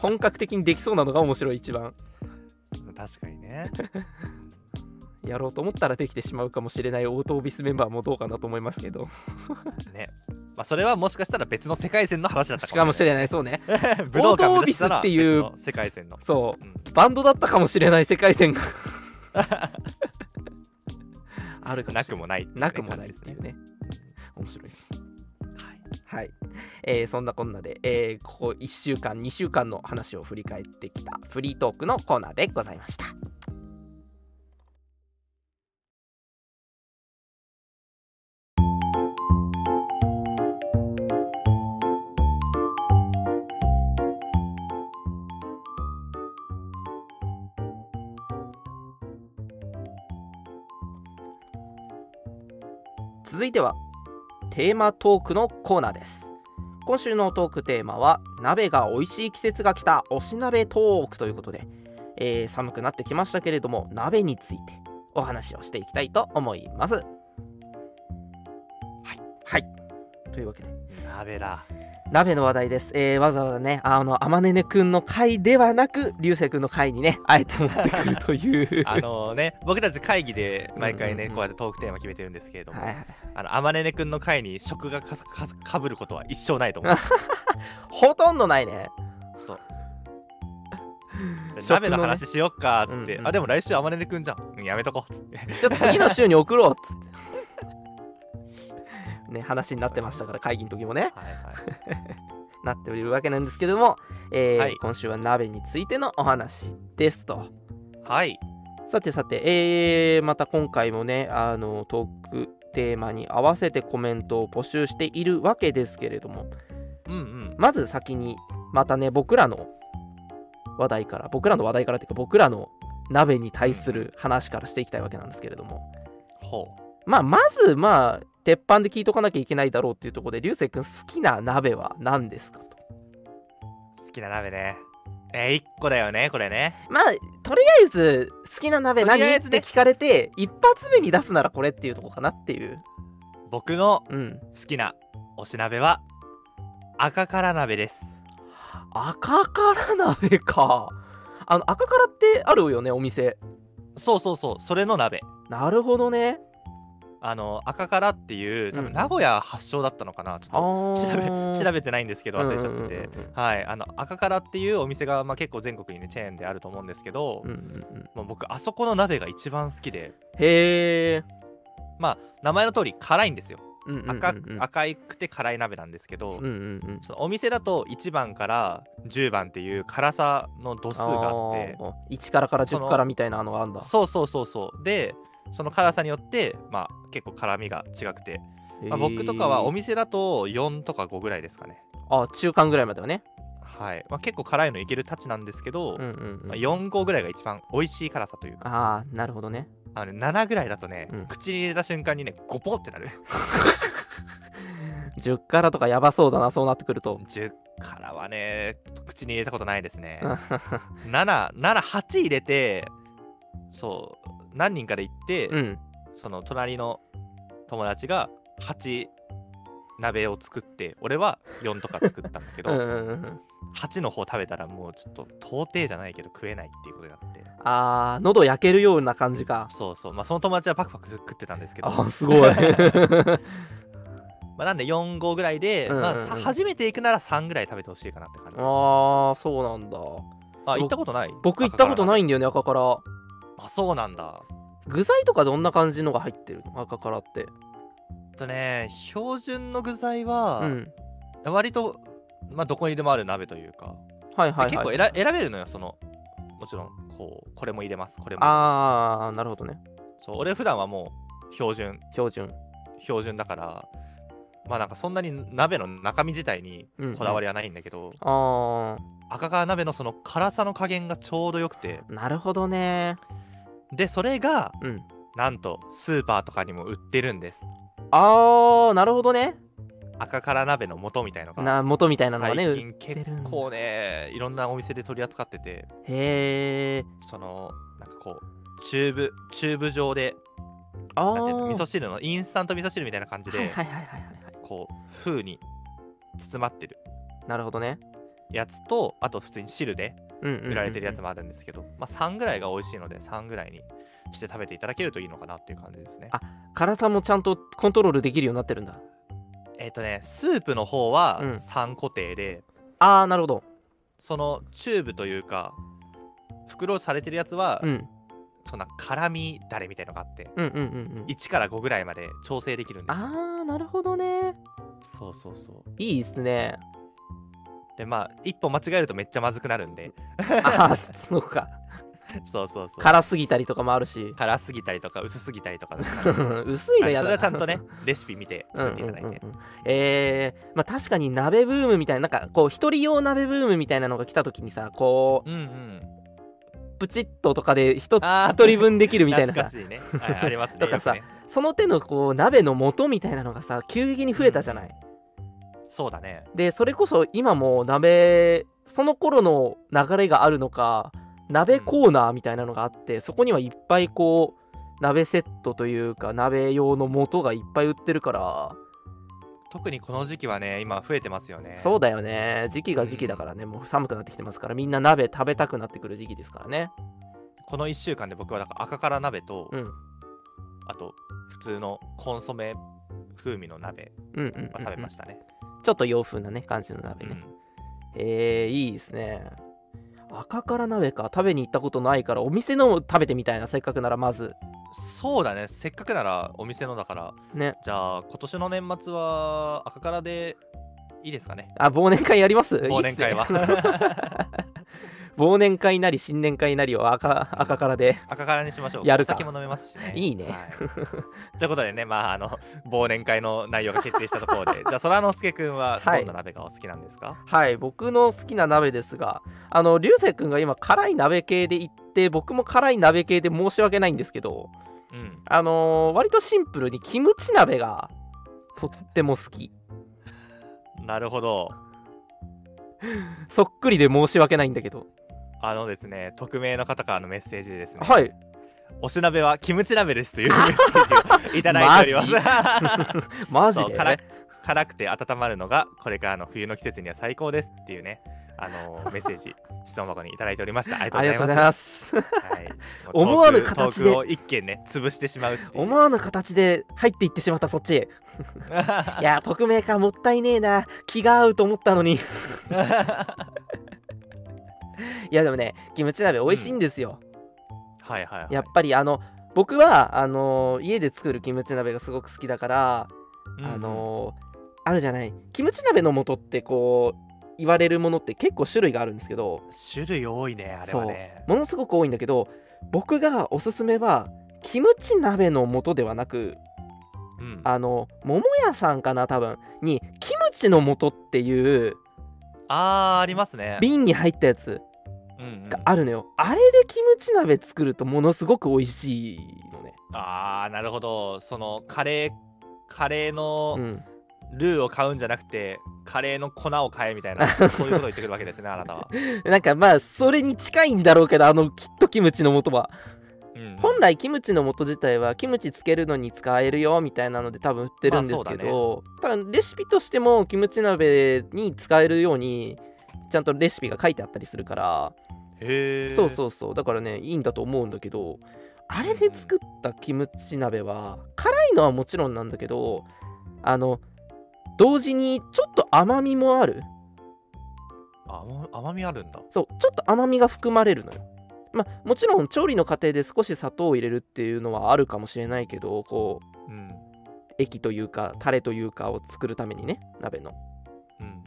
A: 本格的にできそうなのが面白い一番
C: 確かにね
A: やろうと思ったらできてしまうかもしれないオートオービスメンバーもどうかなと思いますけど
C: ねまあそれはもしかしたら別の世界線の話だった
A: かもしれ
C: い
A: ないそうね
C: 武道館
A: オートオービ
C: 目指
A: ス
C: したら
A: っていう
C: 別の世界線の、
A: そう
C: うん
A: バンドだったかもしれない世界線 があるかも
C: な
A: しれない。
C: くもないってうね
A: なくもないっていうね。面白い。はい、えーそんなこんなで、えーここ1週間2週間の話を振り返ってきたフリートークのコーナーでございました続いてはテーマトークのコーナーです今週のトークテーマは鍋が美味しい季節が来た推し鍋トークということで、えー寒くなってきましたけれども鍋についてお話をしていきたいと思いますはいはいというわけで
C: 鍋だ
A: 鍋の話題です、えーわざわざねあの天音くんの回ではなく流星くんの回にねあえて持ってくると いう
C: あのね僕たち会議で毎
A: う
C: 回
A: んうん
C: ね
A: うん
C: こうやってトークテーマ決めてるんですけれども、
A: はいはい
C: あのあまねねくんの会に食がかさかさかぶることは一生ない と思う
A: ほとんどないね
C: そう
A: 食のね
C: 鍋の話しよっかっつって、
A: うんうん
C: あでも来週あまねねくんじゃんうんやめとこっつって
A: ちょっと次の週に送ろうっつって。ね、話になってましたから会議の時もね
C: はいはい
A: なっているわけなんですけども、えー
C: はい
A: 今週は鍋についてのお話ですと
C: はい
A: さてさて、えーまた今回もねあのトークテーマに合わせてコメントを募集しているわけですけれども
C: うんうん
A: まず先にまたね僕らの話題から僕らの話題からっていうか僕らの鍋に対する話からしていきたいわけなんですけれども
C: ほ
A: まあ、まず、まあ、鉄板で聞いとかなきゃいけないだろうっていうところで、流星君好きな鍋は何ですかと。
C: う好きな鍋ねえー、1個だよねこれね
A: まあ、とりあえず、好きな鍋何、
C: とりあえ
A: っ
C: ずね
A: て聞かれて、一発目に出すならこれっていうとこかなっていう。
C: 僕の
A: うん。
C: 好きなおし鍋は赤から鍋です
A: 赤から鍋か。あの、赤からってあるよね、お店。
C: そうそうそうそれの鍋
A: なるほどね。
C: あの赤からっていう多
A: う
C: 分
A: ん
C: 名古屋発祥だったのかな、ち
A: あ
C: ょっ
A: ー
C: と調べ調べてないんですけど忘れちゃっ
A: う
C: てて、
A: んうんうんうん
C: はいあの赤からっていうお店が、まあ、結構全国にねチェーンであると思うんですけど、
A: うんうんうん。
C: もう僕あそこの鍋が一番好きで
A: へえ。
C: まあ名前の通り辛いんですよ
A: うんうんうんうん
C: 赤,、赤いくて辛い鍋なんですけど、
A: うんうんうん。
C: そのお店だと1番から10番っていう辛さの度数があって
A: あー1からから
C: そ
A: 10
C: の
A: からみたいなのがあるんだ。
C: そうそうそうそうでその辛さによってまあ結構辛みが違くて、まあ、僕とかはお
A: み
C: 店だと4とか5ぐらいですかね
A: あ中間ぐらいまではね。
C: はい、まあ、結構辛いのいけるたちなんですけど、
A: うんうんうん
C: まあ、4号ぐらいが一番美味しい辛さというか
A: ああなるほどね
C: あの、ね、7ぐらいだとね、
A: うん
C: 口に入れた瞬間にねゴポってなる
A: 10からとかやばそうだなそうなってくる と
C: 10からはね口に入れたことないですね
A: う
C: 778入れてそう何人かで行って、
A: ん
C: その隣の友達が8鍋を作って俺は4とか作ったんだけ
A: うんう
C: ど、
A: んうんうん
C: 8の方食べたらもうちょっと到底じゃないけど食えないっていうことになって
A: あー喉焼けるような感じか
C: そうそうまあその友達はパクパク食ってたんですけど
A: あーす ごい
C: まあなんで4号ぐらいで、
A: うんうんうん
C: まあ、さ初めて行くなら3ぐらい食べてほしいかなって感じです
A: ああそうなんだ
C: あ行ったことない
A: 僕行ったことないいんだよね赤から
C: あそうなんだ
A: 具材とかどんな感じのが入ってるの赤からって
C: えっとね標準の具材
A: う
C: は、
A: ん
C: 割と、まあ、どこにでもある鍋というか、
A: はいはい
C: で
A: はい
C: 結構選選べるのよそのもちろんこうこれも入れますこれも入れます
A: ああなるほどね
C: そう俺普段はもう標準
A: 標準
C: 標準だからまあなんかそんなに鍋の中身自体にこだわりはないんだけど、
A: あ
C: 赤川鍋のその辛さの加減がちょうどよくて
A: あなるほどね
C: でそれが
A: うん
C: なんとスーパーとかにも売ってるんです
A: ああなるほどね
C: 赤辛鍋の素みたいのが
A: な元みたいなのがね
C: 最
A: う
C: 近結構ねいろんなお店で取り扱ってて
A: へえ
C: そのなんかこうチューブチューブ状で
A: あ
C: なんていうの
A: あ
C: 味噌汁のインスタント味噌汁みたいな感じで、
A: はいはいはいはいはいはい
C: こう風に包まってる
A: なるほどね
C: やつとあと普通に汁で
A: うんうんうんうん
C: 売られてるやつもあるんですけど、まあ3ぐらいが美味しいので3ぐらいにして食べていただけるといいのかなっていう感じですね
A: あ辛さもちゃんとコントロールできるようになってるんだ
C: えっ、とねスープの方は
A: うん
C: 3固定で、
A: ああなるほど
C: そのチューブというか袋されてるやつは、
A: うん
C: そんな辛みだれみたいのがあって
A: うんうんうんうん
C: 1から5ぐらいまで調整できるんですよ
A: ああなるほどね
C: そうそうそう
A: いいですね
C: でまあ一歩間違えるとめっちゃまずくなるん で
A: ああそうか
C: そうそうそう
A: 辛すぎたりとかもあるし
C: 辛すぎたりとか薄すぎたりとか
A: 薄いの
C: はい
A: やだな
C: それはちゃん とねレシピ見て作っていただいて、
A: うんうんうんうんえーまあ、確かに鍋ブームみたいななんかこう一人用鍋ブームみたいなのが来た時にさこ
C: うんうん
A: うプチッととかで一つ
C: あー
A: 一人分できるみたいな
C: 懐か
A: さ
C: し いね、はい、ありますね
A: とかさ
C: よくね
A: その手のこう鍋の素みたいなのがさ急激に増えたじゃない、
C: そうだね
A: でそれこそ今も鍋その頃の流れがあるのか鍋コーナーみたいなのがあってそこにはいっぱいこう鍋セットというか鍋用の素がいっぱい売ってるから
C: 特にこの時期はね今増えてますよね
A: そうだよね時期が時期だからねもう寒くなってきてますからみんな鍋食べたくなってくる時期ですからね
C: この1週間で僕はだから赤辛鍋と、
A: うん
C: あと普通のコンソメ風味の鍋
A: うんうんうんうん
C: は食べましたね。
A: ちょっと洋風なね感じの鍋ね、えー、いいですね赤から鍋か食べに行ったことないからお店のを食べてみたいなせっかくならまず
C: うんそうだねせっかくならお店のだから
A: ね
C: じゃあ今年の年末は赤辛でいいですかね
A: あ忘年会やります
C: 忘年会は
A: い
C: い
A: っすね 忘年会なり新年会なりを赤赤からで
C: 赤辛にしましょう
A: やるか
C: お酒も飲めますしね
A: いいね
C: はいということでねまああの忘年会の内容が決定したとこ ろでじゃあ空之助君は
A: はい
C: どんな鍋がお好きなんですか、
A: はい僕の好きな鍋ですがあの流星君が今辛い鍋系で言って僕も辛い鍋系で申し訳ないんですけど
C: うん
A: あのー割とシンプルにキムチ鍋がとっても好き
C: なるほど
A: そっくりで申し訳ないんだけど
C: あのですね匿名の方からのメッセージでですね
A: はい
C: おし鍋はキムチ鍋ですというメッセージをいただいておりま
A: マ
C: す
A: ジ
C: そう
A: で、
C: 辛く辛くて温まるのがこれからの冬の季節には最高ですっていうねあの ーメッセージ質問箱にいただいておりましたありが
A: ありが
C: と
A: と
C: うご
A: うござ
C: ざい
A: い
C: ま
A: ますす
C: はい
A: 思わぬ形で
C: トークを一件ね潰してしまうっていう
A: 思わぬ形で入っていってしまったそっち いや匿名かもったいねえな気が合うと思ったのに いやでもねキムチ鍋美味しいんですよ、
C: はいはい、はい、
A: やっぱりあの僕はあのー家で作るキムチ鍋がすごく好きだから、
C: うん
A: あのーあるじゃないキムチ鍋の素ってこう言われるものって結構種類があるんですけど
C: 種類多いねあれはね
A: ものすごく多いんだけど僕がおすすめはキムチ鍋の素ではなく
C: うん
A: あの桃屋さんかな多分にキムチの素っていう
C: あーありますね
A: 瓶に入ったやつ
C: うんうん
A: があるのよ、あれでキムチ鍋作るとものすごく美味しいのね
C: あーなるほどそのカレーカレーの、
A: うん
C: ルーを買うんじゃなくてカレーの粉を買えみたいな そういうことを言ってくるわけですねあなたは、
A: なんかまあそれに近いんだろうけどあのきっとキムチの素は
C: うん、
A: 本来キムチの素自体はキムチつけるのに使えるよみたいなので多分売ってるんですけ
C: まあ
A: ど、多分レシピとしてもキムチ鍋に使えるようにちゃんとレシピが書いてあったりするから
C: へえ
A: そうそうそうだからねいいんだと思うんだけどあれで作ったキムチ鍋は辛いのはもちろんなんだけどあの同時にちょっと甘みもある
C: 甘甘みあるんだ
A: そうちょっと甘みが含まれるのよまあもちろん調理の過程で少し砂糖を入れるっていうのはあるかもしれないけどこう
C: うん
A: 液というかタレというかを作るためにね鍋の
C: うん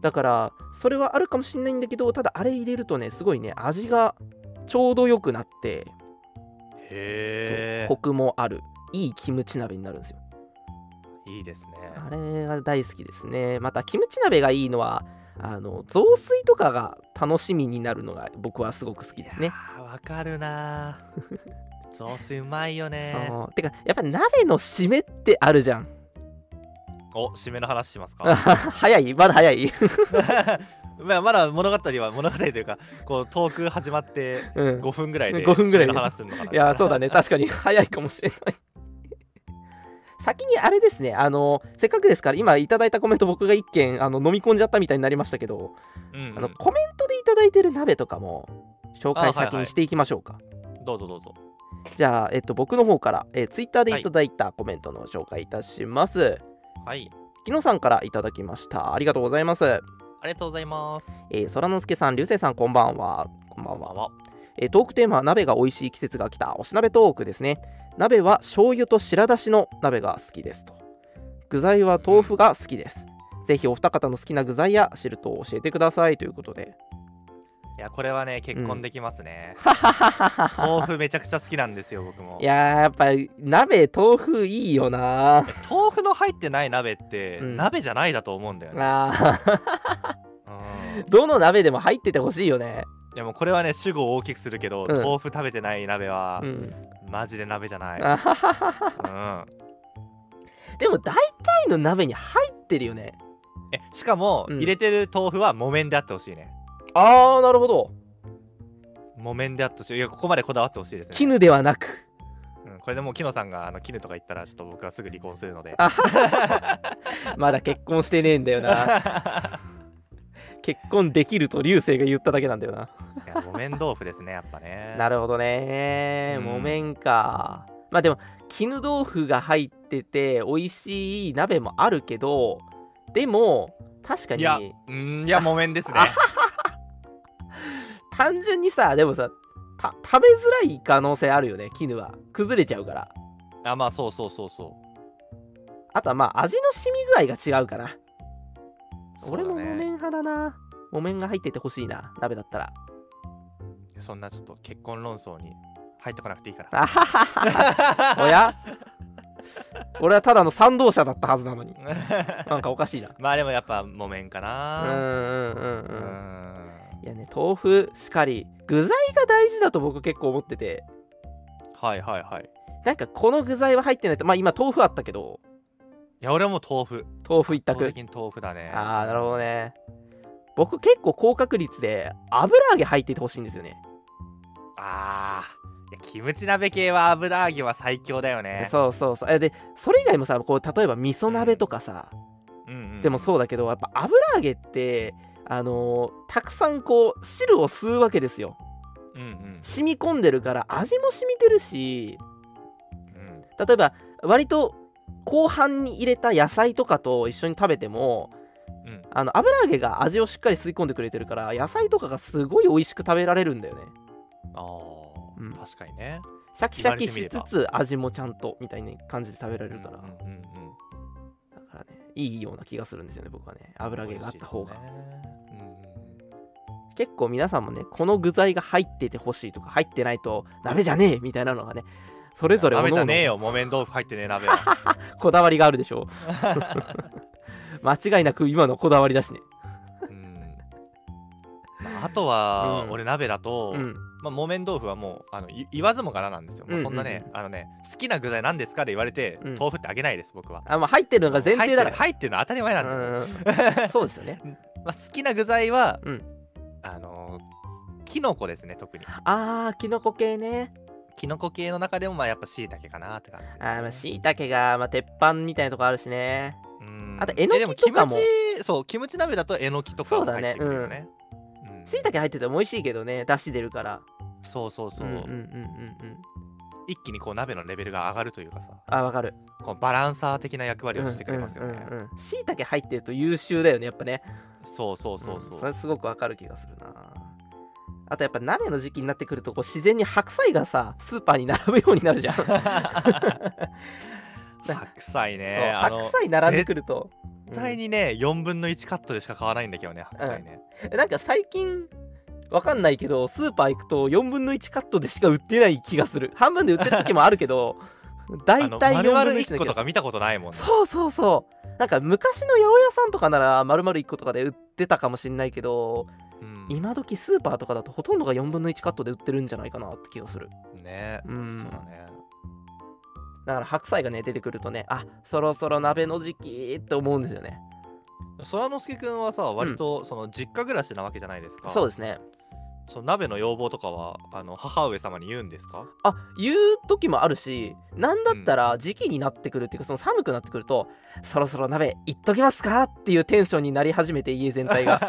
A: だからそれはあるかもしれないんだけどただあれ入れるとねすごいね味がちょうど良くなって
C: へえ
A: コクもあるいいキムチ鍋になるんですよ
C: いいですね
A: あれが大好きですねまたキムチ鍋がいいのはあの雑炊とかが楽しみになるのが僕はすごく好きですね
C: あーわか るなー雑炊うまいよね
A: そうてかやっぱ鍋の締めってあるじゃん
C: お締めの話します か
A: 早いまだ早い
C: まあまだ物語は物語というかこうトーク始まって
A: うん
C: 5分ぐらいで
A: 5分ぐらいで
C: 締めの話するのかない
A: いやそうだね確かに早いかもしれない先にあれですねあのせっかくですから今いただいたコメント僕が一件あの飲み込んじゃったみたいになりましたけど、
C: うんうん
A: あのコメントでいただいてる鍋とかも紹
C: あ
A: 介
C: はいはい
A: 先にしていきましょうか、
C: どうぞどうぞ
A: じゃあ、えっと、僕の方から、えー、ツイッターでいただいたコメントの紹介いたします、
C: はい
A: 木野さんからいただきましたありがとうございます
C: ありがとうございます
A: えー、空之助さん流星さんこんばんはこんばん
C: まあ
A: は
C: ま
A: えートークテーマは鍋が美味しい季節が来たおし鍋トークですね鍋は醤油と白だしの鍋が好きですと具材は豆腐が好きですぜひお二方の好きな具材や汁と教えてくださいということで
C: いやこれはね結婚できます ね、
A: ははははは
C: 豆腐めちゃくちゃ好きなんですよ僕も
A: いやーやっぱり鍋豆腐いいよな
C: 豆腐の入ってない鍋って、
A: うん
C: 鍋じゃないだと思うんだよね、
A: あー
C: うん、
A: どの鍋でも入っててほしいよね
C: いやもうこれはね主語を大きくするけど、
A: うん
C: 豆腐食べてない鍋は、
A: うん
C: マジで鍋じゃない、
A: あははは
C: うん、
A: でも大体の鍋に入ってるよね
C: えしかも、
A: うん
C: 入れてる豆腐は木綿であってほしいね
A: あーなるほど
C: 木綿であってほしいいやここまでこだわってほしいですね、
A: 絹ではなく
C: うん、これでもう木野さんがあの絹とか言ったらちょっと僕はすぐ離婚するので
A: あまだ結婚してねえんだよな 結婚できると流星が言っただけなんだよな、
C: いや木綿豆腐ですねやっぱね
A: なるほどね
C: うん
A: 木綿かまあでも絹豆腐が入ってて美味しい鍋もあるけどでも確か
C: い
A: に
C: やうんいや木綿ですね
A: 単純にさでもさた食べづらい可能性あるよね絹は崩れちゃうから
C: あまあそうそうそうそう
A: あとはまあ味の染み具合が違うかな俺も
C: そう
A: 木
C: だね
A: 綿派だな木綿が入っててほしいな鍋だった ら
C: そんなちょっと結婚論争に入ってこなくていいから。
A: あはははお や俺はただの賛同者だったはずなのになんかおかしいな
C: まあでもやっぱ木綿か
A: うん
C: な。
A: うんうん
C: う
A: うん
C: ん。
A: いやね豆腐しかり具材が大事だと僕結構思ってて
C: はいはいはい。い
A: なんかこの具材は入ってないとまあ今豆腐あったけど
C: や俺はもう豆腐。
A: 豆腐一
C: 圧倒
A: 択
C: 的に豆腐だね。
A: ああなるほどね僕結構高確率で油揚げ入っててほしいんですよね
C: あーいやキムチ鍋系は油揚げは最強だよね。
A: そうそうそうえでそれ以外もさこう例えば味噌鍋とかさ、
C: うんうん
A: でもそうだけどやっぱ油揚げってあのーたくさんこう汁を吸うわけですよ
C: うんうん
A: 染み込んでるから味も染みてるし
C: うん。
A: 例えば割と後半に入れた野菜とかと一緒に食べても、
C: うん
A: あの油揚げが味をしっかり吸い込んでくれてるから野菜とかがすごい美味しく食べられるんだよね
C: ああ、
A: うん
C: 確かにね。
A: シャキシャキしつつ味もちゃんとみたいな感じで食べられるから、
C: うんうんうんうん
A: だからねいいような気がするんですよね僕はね油揚げがあった方が、
C: 美味しいですね
A: 結構皆さんもねこの具材が入っててほしいとか入ってないと鍋じゃねえみたいなのがねそれぞれ
C: うん
A: お
C: 鍋じ
A: の
C: ゃ
A: お
C: ね
A: の
C: えよ、木綿豆腐入ってねえ鍋は。
A: こだわりがあるでしょう間違いなく今のこだわりだ しね
C: うんまああとは
A: う、ん
C: 俺鍋だと、
A: うん
C: まあ、木綿豆腐はもうあのい言わずもがななんですよ。もうそんなね、
A: うん
C: あのね好きな具材なんですかで言われて、
A: うん
C: 豆腐ってあげないです僕は。
A: あまあ入ってるのが前提だか
C: 入ってる入ってるのは当たり前なん
A: ら
C: ですよ、
A: うんそうですよね
C: まあ、好きな具材は、
A: うん
C: あのーキノコですね特に
A: あーキノコ系ね
C: キノコ系の中でもまあやっぱしいたけかなって感じですね、
A: あーまあしいたけが、まあ、鉄板みたいなとこあるしね
C: うん
A: あとえのき
C: えでも
A: とかも
C: キムチそうキムチ鍋だとえのきとか
A: そう
C: も
A: だ
C: 入
A: ね
C: ってくるよねうん
A: しいたけ入ってても美味しいけどね出汁出るから
C: そうそうそう、
A: うんうんうんうんうん
C: 一気にこう鍋のレベルが上がるというかさ
A: あわかる
C: こうバランサー的な役割をしてくれますよね、
A: しいたけ入ってると優秀だよねやっぱね
C: そうそうそうそう、
A: んそれすごくわかる気がするなあとやっぱ鍋の時期になってくるとこう自然に白菜がさスーパーに並ぶようになる じゃんそう
C: 白菜ねあの
A: 白菜並んでくると
C: 絶対にね、4分の1カットでしか買わないんだけどね白菜ね、
A: うんなんか最近わかんないけどスーパー行くと4分の1カットでしか売ってない気がする半分で売ってる時もあるけ ど
C: あ
A: 大
C: の
A: 体4
C: 丸
A: 分の
C: 々
A: 1
C: 1個とか見たことないもんね
A: そうそうそうなんか昔の八百屋さんとかなら丸々1個とかで売ってたかもしんないけど
C: うん
A: 今時スーパーとかだとほとんどが4分の1カットで売ってるんじゃないかなって気がする
C: ね、
A: うん
C: そうだね
A: だから白菜がね出てくるとねあそろそろ鍋の時期って思うんですよね
C: 空之助くんはさ割とその実家暮らしなわけじゃないですか、
A: そうですね
C: その鍋の要望とかはあの母上様に言うんですか
A: あ言う時もあるしなんだったら時期になってくるっていうかその寒くなってくるとそろそろ鍋いっときますかっていうテンションになり始めて家全体が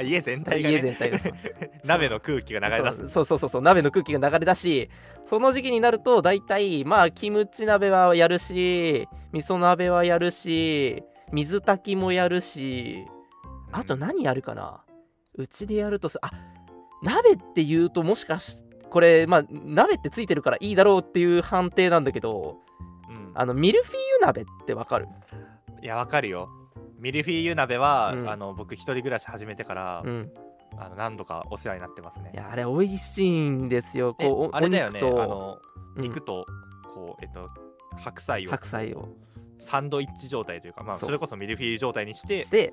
C: 家全体が、ね、
A: 家全体がそう
C: 鍋の空気が 流れ出す
A: そうそうそうそう鍋の空気が流れ出しその時期になると大体まあキムチ鍋はやるし味噌鍋はやるし水炊きもやるしあと何やるかなうちでやるとさあ鍋って言うともしかしこれまあ鍋ってついてるからいいだろうっていう判定なんだけど
C: うん
A: あのミルフィーユ鍋ってわかる
C: いやわかるよミルフィーユ鍋は、
A: うん
C: あの僕一人暮らし始めてから、
A: うん
C: あの何度かお世話になってますね
A: いやあれ美味しいんですよ
C: で
A: こうお
C: あれだよね
A: お肉と
C: あの
A: うん
C: 肉とこうえっと白菜を
A: 白菜を
C: サンドイッチ状態というか、まあ、
A: そう
C: それこそミルフィーユ状態にして
A: して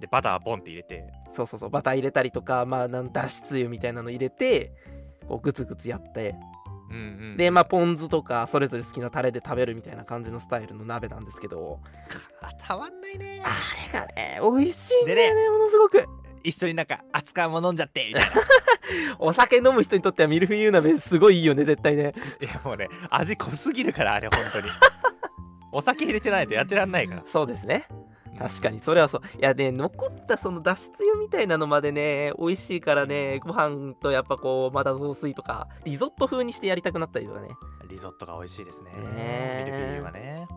C: でバターボンって入れて
A: そうそうそうバター入れたりとかまあなんだしつゆみたいなの入れてこうグツグツやって
C: うんうん
A: でまあポン酢とかそれぞれ好きなタレで食べるみたいな感じのスタイルの鍋なんですけど
C: あたまんないね
A: あれがね美味しいんだよねものすごく
C: 一緒になんか熱燗も飲んじゃって みたいな
A: お酒飲む人にとってはミルフィーユ鍋すごいいいよね絶対ね
C: いやもうね味濃すぎるからあれ本 当にお酒入れてないとやってらんないから
A: そうですね確か
C: に
A: にそれはそういやね残ったその脱出湯みたいなのまでね美味しいからねご飯とやっぱこうまだ雑炊とかリゾット風にしてやりたくなったりとかね
C: リゾットが美味しいですね
A: ね
C: ミルフィーユはね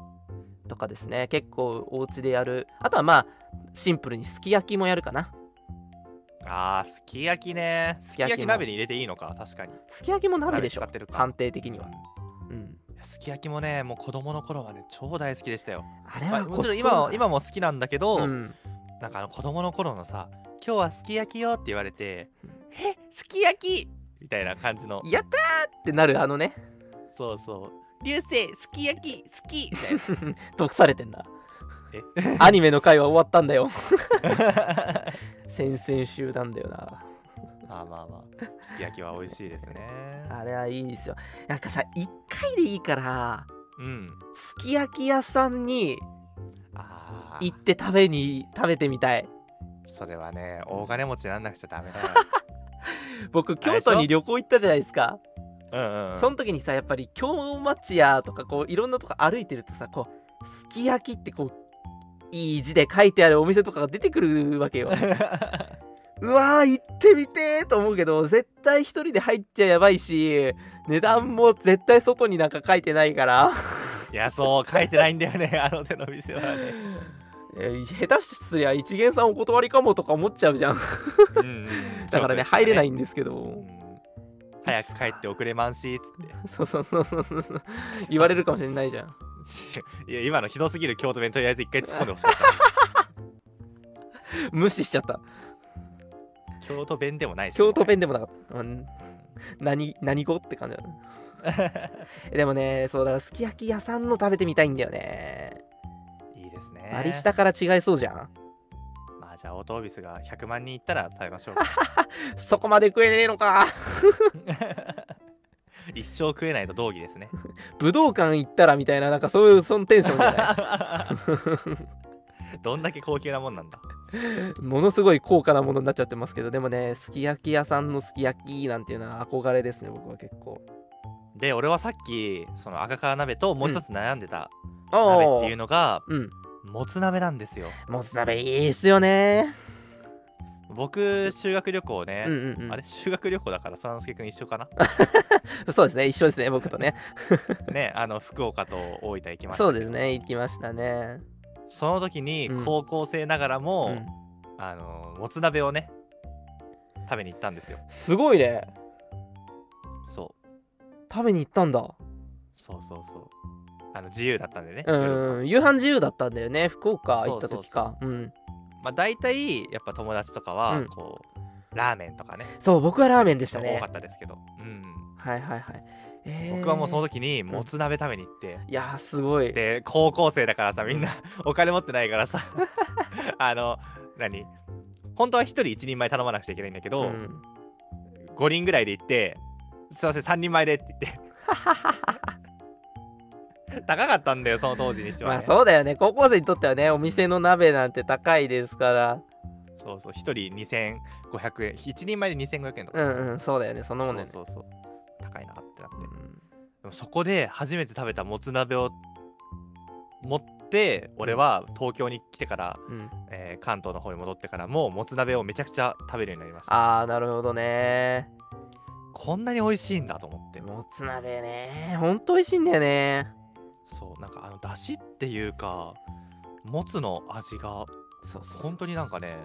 A: とかですね結構お家でやるあとはまあシンプルにすき焼きもやるかな
C: あーすき焼きねすき
A: き焼きも
C: 焼き鍋に入れていいのか確かに
A: すき焼きも鍋でしょ
C: 鍋使ってるか
A: 判定的には、うん、
C: いやすき焼きもねもう子供の頃はね超大好きでしたよ、
A: あれ
C: ま
A: は
C: あ、
A: ご
C: もち
A: ちそ
C: ろ
A: うん
C: 今
A: だ
C: は
A: な
C: 今も好きなんだけど、
A: うん、
C: なんかあの子供の頃のさ「今日はすき焼きよ」って言われて
A: うん
C: 「えすき焼き!」みたいな感じの
A: やったーってなるあのね
C: そうそう「流星すき焼き好き!」み たいな
A: 毒されてんな
C: え
A: アニメの回は終わったんだよ先々週なんだよな
C: まあまあまあすき焼きは美味しいですね
A: あれはいいですよなんかさ1回でいいから
C: うん
A: すき焼き屋さんに
C: あー
A: 行って食べに食べてみたい
C: それはね大金持ちになんなくちゃダメ だよ
A: 僕京都に旅行行ったじゃないですか
C: うんうん
A: その時にさやっぱり京町屋とかこういろんなとこ歩いてるとさこうすき焼きってこういい字で書いてあるお店とかが出てくるわけ ようわー行ってみてーと思うけど絶対一人で入っちゃやばいし値段も絶対外になんか書いてないから
C: いやそう書いてないんだよねあ の手の店はね
A: えー下手すりゃ一元さんお断りかもとか思っちゃうじゃん
C: うんうん
A: だからね入れないん
C: で、
A: ですけ
C: う
A: ど
C: ん早く帰って遅れまんしーっ
A: そうそうそうそうそうそう言われるかもしれないじゃん
C: つって いや今のひどすぎる京都弁とりあえず一回突っ込んでほしか った
A: 無視しちゃった
C: 京都弁でもないし
A: 京都弁でもなかった、うん、何何語って感じだね でもねそうだからすき焼き屋さんの食べてみたいんだよね
C: いいですね
A: 割り下から違いそうじゃん
C: まあじゃあオートオービスが100万人いったら食べましょうか
A: そこまで食えねえのか
C: 一生食えないと同義 ですね
A: 武道館行ったらみたいななんかそういうそのテンションじゃな
C: どんだけ高級なもんなんだ
A: いものすごい高価なものになっちゃってますけどでもねすき焼き屋さんのすき焼きなんていうのは憧れですね僕は結構
C: で俺はさっきその赤川鍋ともう一つ悩んでた鍋
A: あ
C: っていうのが、
A: うん
C: もつ鍋なんですよ
A: もつ鍋いいっすよね
C: 僕修学旅行ね、
A: うんうんうん
C: あれ修学旅行だからそらのすけくん一緒か な
A: そうですね一緒ですね僕とね
C: ねあの福岡と大分行きました
A: そうですね行きましたね
C: その時に
A: うん
C: 高校生ながらも、
A: うん
C: あのもつ鍋をね食べに行ったんですよ
A: すごいね
C: そう
A: 食べに行ったんだ
C: そうそうそうあの自由だったんでね、
A: うん夕飯自由だったんだよね福岡行った時かうん
C: まあ、大体やっぱ友達とか
A: う
C: は
A: ん
C: こう、ラーメンとかね
A: そう僕はラーメンでした
C: 多
A: ね
C: かったですけど、うん
A: はいはいはい、えー
C: 僕はもうその時にもつ鍋食べに行って、
A: いやーすごい
C: で高校生だからさみんなお金持ってな いからさあの何本当は1人1人前頼まなくちゃいけないんだけ
A: う
C: ど、
A: ん
C: 5人ぐらいで行ってすいません3人前でって言って高かったんだよその当時にしては、
A: まあ
C: ね
A: そうだよね高校生にとってはねお店の鍋なんて高いですから
C: そうそう一人2500円一人前で2500円とか
A: うんうんそうだよねそんなもんだよね
C: そうそうそう高いなってなって、で
A: うん
C: もそこで初めて食べたもつ鍋を持って俺は東京に来てから、
A: うん、
C: えー関東の方に戻ってからもうもつ鍋をめちゃくちゃ食べるようになりました
A: ああなるほどね
C: こんなに美味しいんだと思って
A: もつ鍋ねほんと美味しいんだよね
C: そうなんかあの出汁っていうかもつの味が
A: そうそうそう
C: 本当になんかね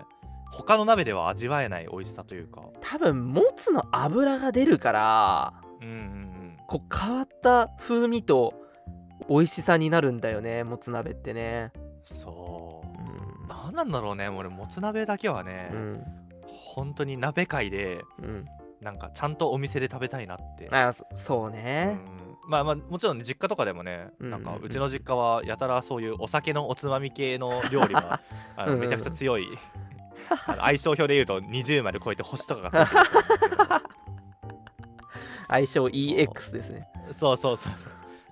C: 他の鍋では味わえない美味しさというか
A: 多分もつの油が出るから
C: うんうんうん
A: こう変わった風味と美味しさになるんだよねもつ鍋ってね
C: そううんなんなんだろうね俺もつ鍋だけはね、
A: うん
C: 本当に鍋界で
A: うん
C: なんかちゃんとお店で食べたいなって
A: あーそそう
C: う
A: ね
C: んまあまあもちろんね実家とかでもね、
A: うんうんうん
C: なんかうちの実家はやたらそういうお酒のおつまみ系の料 理はあの
A: うんうん
C: めちゃくちゃ強いあの相性表で言うと20まで超えて星 とかがついてるやつなんですけど
A: 相性 EX ですね
C: そうそうそう。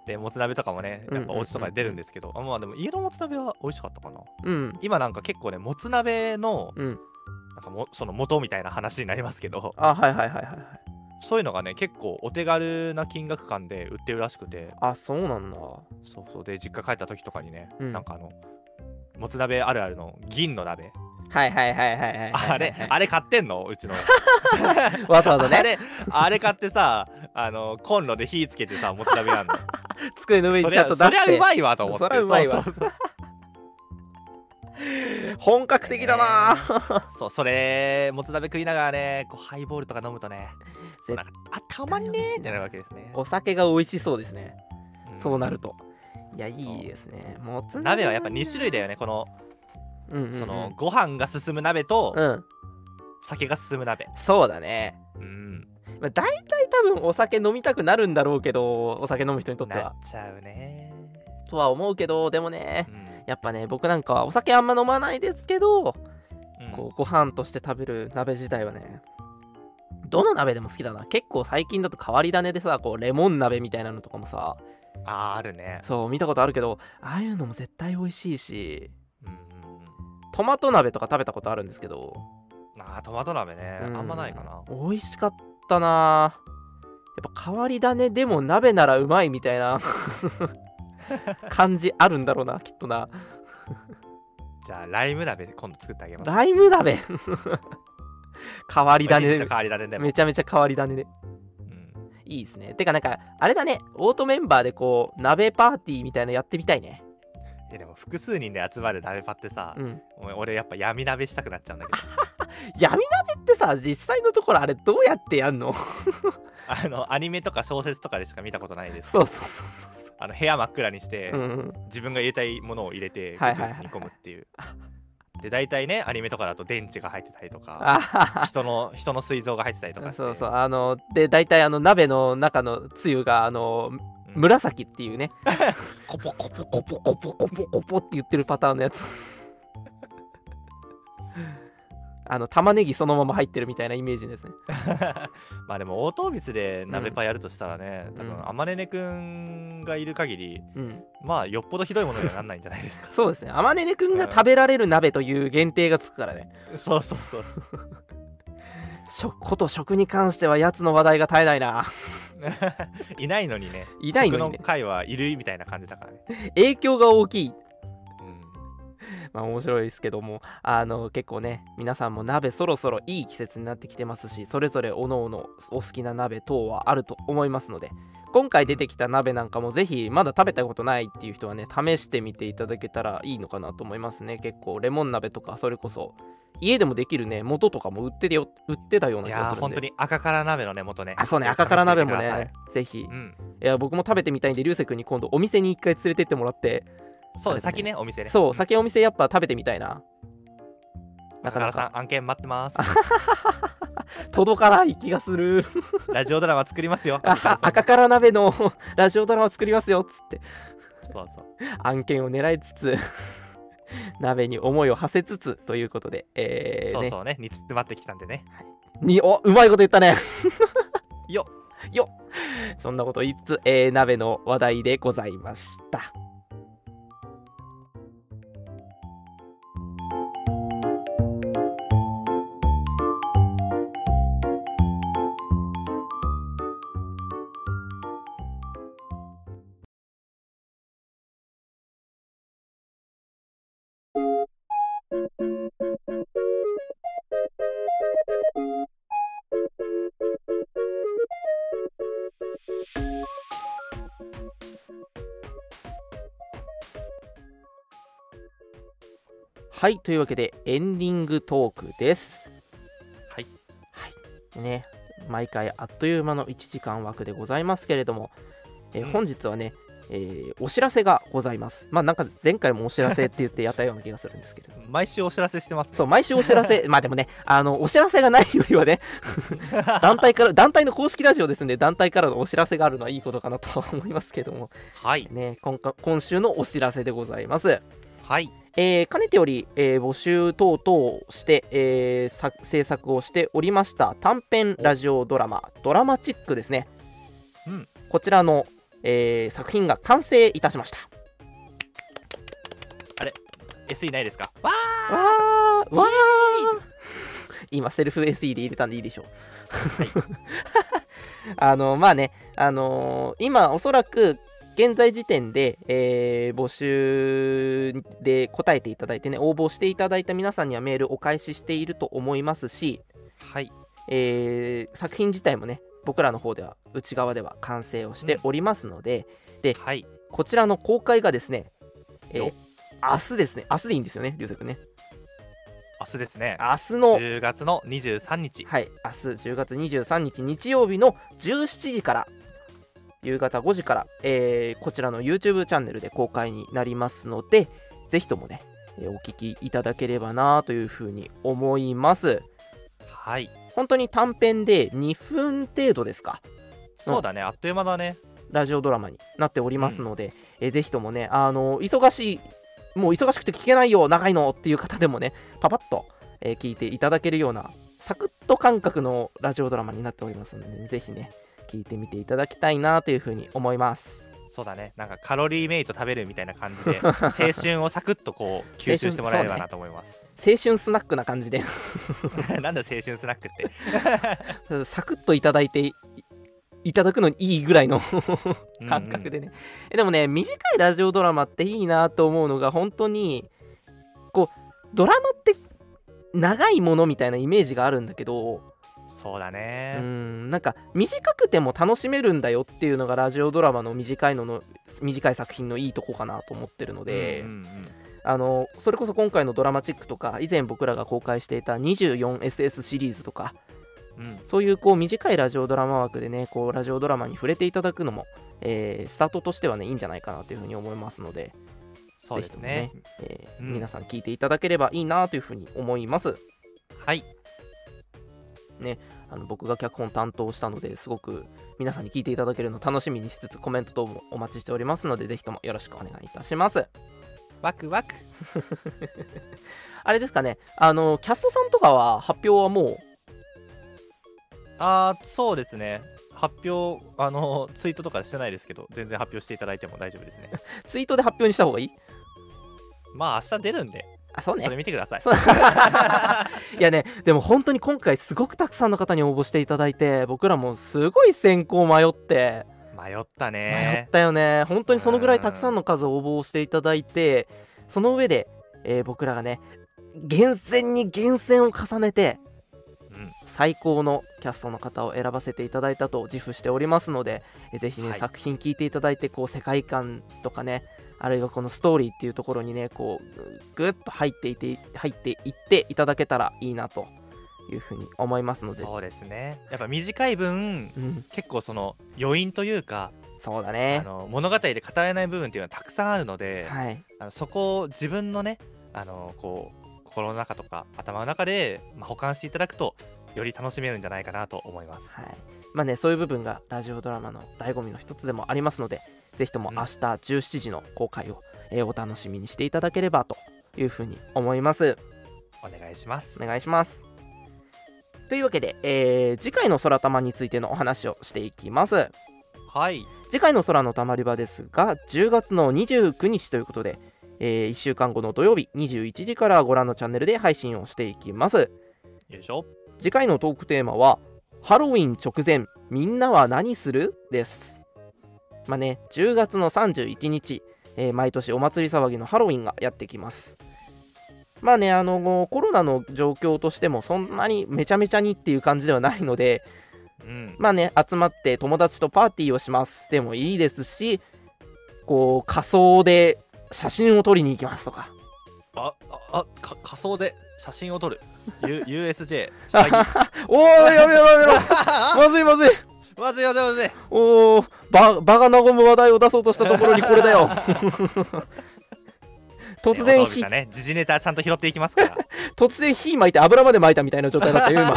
C: で、もつ鍋とかもね、や
A: うん
C: っ
A: うん
C: ぱ
A: うん
C: お家とかで出るんですけど、あまあでも家のもつ鍋は美味しかったかな。
A: うん
C: 今なんか結構ね、もつ鍋の、
A: うん
C: なんかもその元みたいな話になりますけど、
A: あはいはいはいはいはい
C: そういうのがね、結構お手軽な金額感で売ってるらしくて、
A: あそうなんだ
C: そうそう。で、実家帰った時とかにね、
A: うん
C: なんかあの、もつ鍋あるあるの銀の鍋。
A: はいはいはいはいはい
C: あれ、あれ買ってんの うちの。
A: わざわざ
C: あ
A: ね
C: れ、あれ買ってさ、あの、コンロで火つけてさ、もつ鍋やんの。
A: 机 の上
C: そ
A: に
C: り
A: ちゃん
C: ゃ、
A: と出
C: そりゃ
A: し
C: う
A: て
C: まいわと思って。
A: そりゃうまいわ
C: そうそうそう
A: 本格的だな
C: ね そうそれもつ鍋食いながらねこうハイボールとか飲むとね
A: 絶
C: なんかあたまんねーってなるわけですね、
A: お酒が美味しそうですね
C: ん
A: そうなるといやいいですねもつ
C: 鍋はやっぱ2種類だよねこの、
A: うんうんうん
C: そのご飯が進む鍋と
A: うん
C: 酒が進む鍋
A: そうだね
C: うん
A: まあ、大体多分お酒飲みたくなるんだろうけどお酒飲む人にとって
C: なっ
A: は
C: ちゃうね
A: とは思うけどでもね
C: ー、
A: やっぱね僕なんかはお酒あんま飲まないですけど、
C: うん
A: こうご飯として食べる鍋自体はねどの鍋でも好きだな結構最近だと変わり種でさこうレモン鍋みたいなのとかもさ
C: うんあーあるね
A: そう見たことあるけどああいうのも絶対美味しいし
C: うんうんうん
A: トマト鍋とか食べたことあるんですけど
C: あートマト鍋ね、
A: う
C: あんまないかな
A: 美味しかったなやっぱ変わり種でも鍋ならうまいみたい な感じあるんだろうなきっとな
C: じゃあライム鍋今度作ってあげます
A: ライム鍋変わり
C: まあ
A: 種
C: めっちゃ
A: で
C: 変わり種でも
A: めちゃめちゃ変わり種で
C: うん
A: いいですねてかなんかあれだねオートメンバーでこう鍋パーティーみたいのやってみたいね
C: いやでも複数人で集まる鍋パってさ、
A: うん
C: お前俺やっぱ闇鍋したくなっちゃうんだけど
A: 闇鍋ってさ実際のところあれどうやってやんの
C: あのアニメとか小説とかでしか見たことないです。
A: そうそうそう
C: あの部屋真っ暗にして、
A: そううんうん
C: 自分が入れたいものを入れて
A: はい
C: ぐつ
A: はい
C: ぐ
A: はい
C: つ煮込むっていう。で大体ねアニメとかだと電池が入ってたりとか
A: あはは
C: 人の人の膵臓が入ってたりとかして
A: そうそうあので大体あの鍋の中のつゆがあの
C: うん
A: 紫っていうね
C: コポコ ポ
A: コポコポコポコポって言ってるパターンのやつ あの玉ねぎそのまま入ってるみたいなイメージですね
C: まあでもオートービスで鍋パやるとしたらね、多
A: う
C: 分
A: ん
C: あまねねくんがいる限り
A: うん
C: まあよっぽどひどいものにはなんないんじゃないで すか
A: そうですねあまねねくんが食べられる鍋という限定がつくからね
C: そうそうそう
A: 食こと食に関してはやつの話題が絶えないな
C: いないのにね
A: いないのにね
C: 僕の会はいるみたいな感じだからね、
A: 影響が大きい
C: うん
A: まあ面白いですけどもあの結構ね皆さんも鍋そろそろいい季節になってきてますしそれぞれおのおのお好きな鍋等はあると思いますので今回出てきた鍋なんかもぜひまだ食べたことないっていう人はね試してみていただけたらいいのかなと思いますね結構レモン鍋とかそれこそ家でもできるね元とかも売ってるよ売ってたようない気が
C: や
A: す
C: ー
A: るんで
C: 本当に赤から鍋の根元ね。
A: あそうね
C: ぜひ
A: 赤から鍋も
C: 試してみて
A: ねぜひ
C: くださいうん。
A: いや僕も食べてみたいんで流星君に今度お店に一回連れてってもらって
C: そう
A: あれ
C: ね、
A: だね
C: 先ね、お店ね。
A: そう
C: 先。
A: 酒お店やっぱ食べてみたいなな
C: 赤
A: か
C: から
A: な
C: さ
A: か
C: ん、案件待ってます。
A: 届かない気がする
C: ラジオドラマ作りますよ。
A: あは 赤から鍋の ラジオドラマを作りますよっつって
C: そうそう。
A: 案件を狙いつつ 鍋に思いを馳せつつということで、えー
C: そう
A: ね、
C: そうね、煮詰まってきたんでね。
A: におうまいこと言ったね
C: よ
A: よっそんなこと言いつつ、えー鍋の話題でございました。はい、というわけでエンディングトークです。
C: はい。
A: はい、ね、毎回あっという間の1時間枠でございますけれども、えー
C: うん
A: 本日はね、えーお知らせがございます。まあなんか前回もお知らせって言ってやったような気がするんですけれど。
C: 毎週お知らせしてますね
A: そう、毎週お知ら せ、まあでもね、あの、お知らせがないよりはね、団体から、団体の公式ラジオですんで、団体からのお知らせがあるのはいいことかなとは思いますけども、
C: はい
A: ね、今回今週のお知らせでございます。
C: はい
A: えーかねてより、えー募集等々をして、えーさ制作をしておりました短編ラジオドラマ「ドラマチック」ですね、
C: うん
A: こちらの、えー作品が完成いたしました
C: SE ないですかわ
A: わーわー今セルフ SE で入れたんでいいでしょう あのまあねあのー今おそらく現在時点で、えー募集で答えていただいてね応募していただいた皆さんにはメールお返ししていると思いますし、
C: ーはい
A: えー作品自体もね僕らの方では内側では完成をしておりますので、
C: はい
A: こちらの公開がですね、えー
C: よ
A: 明日ですね明日でいいんですよね龍くんね
C: 明日ですね
A: 明日の
C: 10月の23日
A: はい、明日10月23日日曜日の17時から夕方5時から、えーこちらの YouTube チャンネルで公開になりますのでぜひともね、えーお聞きいただければなというふうに思います
C: はい
A: 本当に短編で2分程度ですか
C: そうだねあっという間だね
A: ラジオドラマになっておりますので、えーぜひともねあの忙しいもう忙しくて聞けないよ長いのっていう方でもねパパッと、えー聞いていただけるようなサクッと感覚のラジオドラマになっておりますので、ね、ぜひね聞いてみていただきたいなというふうに思います
C: そうだねなんかカロリーメイト食べるみたいな感じ で青春をサクッとこう吸収してもらえればなと思います、
A: 青春スナックな感じで
C: なんだ青春スナックって
A: サクッといただいていいただくのにいいぐらいの 感覚でね、えでもね短いラジオドラマっていいなと思うのが本当にこうドラマって長いものみたいなイメージがあるんだけど
C: うんうんそうだ
A: う
C: ね、
A: んなんか短くても楽しめるんだよっていうのがラジオドラマの短いのの短い作品のいいとこかなと思ってるので、
C: うんうん
A: あのそれこそ今回の「ドラマチック」とか以前僕らが公開していた 24SS シリーズとか
C: うんうん
A: そういうこう短いラジオドラマ枠でね、こうラジオドラマに触れていただくのも、えースタートとしてはね、いいんじゃないかなというふうに思いますので、
C: そうですね
A: ぜひともねえー
C: うん
A: 皆さん聞いていただければいいなというふうに思います。
C: はい
A: あの僕が脚本担当したのですごく皆さんに聞いていただけるのを楽しみにしつつコメント等もお待ちしておりますのでぜひともよろしくお願いいたします
C: ワクワク
A: あれですかねあのキャストさんとかは発表はも
C: あーそうですね発表あのツイートとかしてないですけど全然発表していただいても大丈 夫ですね
A: うツイートで発表にした方がいい
C: まあ明日出るんで
A: あそうね
C: それ見てください
A: そう いやねでも本当に今回すごくたくさんの方に応募していただいて僕らもすごい選考迷って
C: 迷った
A: 迷っ
C: ね
A: たよね本当にそのぐらいたくさんの数応募をしていただいてその上で、えー僕らがね厳選に厳選を重ねて
C: うん
A: 最高のキャストの方を選ばせていただいたと自負しておりますのでえーぜひね、
C: はい
A: 作品聞いていただいてこう世界観とかねあるいはこのストーリーっていうところにねこうぐっと入っていて入っていっていただけたらいいなというふうに思いますので
C: そうですねやっぱ短い分
A: うん、
C: 結構その余韻というか
A: そうだ
C: あ
A: ね
C: の物語で語れない部分っていうのはたくさんあるので、
A: はい
C: あのそこを自分のねあのこう心の中とか頭の中で、まあ、保管していただくとより楽しめるんじゃないかなと思います。
A: はいまあねそういう部分がラジオドラマの醍醐味の一つでもありますのでぜひとも
C: うん
A: 明日17時の公開を、えーお楽しみにしていただければというふうに思います
C: お願いします。
A: お願いしますというわけで、えー次回の空玉についてのお話をしていきます
C: はい
A: 次回の空のたまり場ですが10月の29日ということで、え1週間後の土曜日21時からご覧のチャンネルで配信をしていきます
C: よいしょ
A: 次回のトークテーマはハロウィン直前みんなは何するですまあね10月の31日、えー毎年お祭り騒ぎのハロウィンがやってきますまあねあのコロナの状況としてもそんなにめちゃめちゃにっていう感じではないので
C: うん
A: まあね集まって友達とパーティーをしますでもいいですしこう仮装で写真を撮りに行きますとか
C: あああか仮想で写真を撮 る U USJ 下着
A: おーやめろやめろまずいまずい
C: まずいまずいまずい
A: おーババカなごむ話題を出そうとしたところにこれだよ突然
C: ねお豆腐
A: 火
C: がね時事ネタちゃんと拾っていきますから、
A: 突然火巻いて油まで巻いたみたいな状態だったよ今、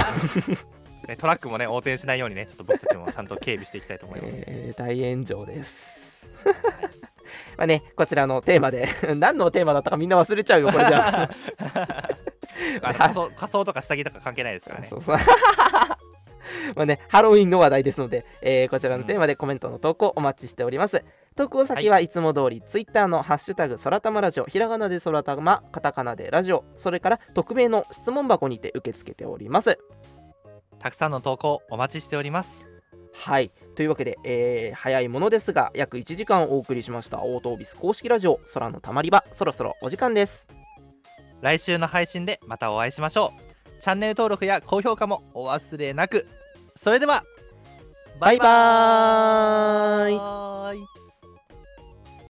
C: ね、トラックもね横転しないようにねちょっと僕たちもちゃんと警備していきたいと思います、
A: えー大炎上です まあねこちらのテーマで 何のテーマだったかみんな忘れちゃうよこれじゃあ
C: あの仮装仮装とか下着とか関係ないですからね
A: そうそう まあね、ハロウィンの話題ですので、えーこちらのテーマでコメントの投稿お待ちしております。投稿先はいつも通り、ツイッターのハッシュタグそらたまラジオ、ひらがなでそらたま、カタカナでラジオ、それから匿名の質問箱にて受け付けております。
C: たくさんの投稿お待ちしております
A: はいというわけで、えー早いものですが約1時間お送りしましたオートオービス公式ラジオ空のたまり場そろそろお時間です
C: 来週の配信でまたお会いしましょうチャンネル登録や高評価もお忘れなくそれでは
A: バイバーイ
C: バイ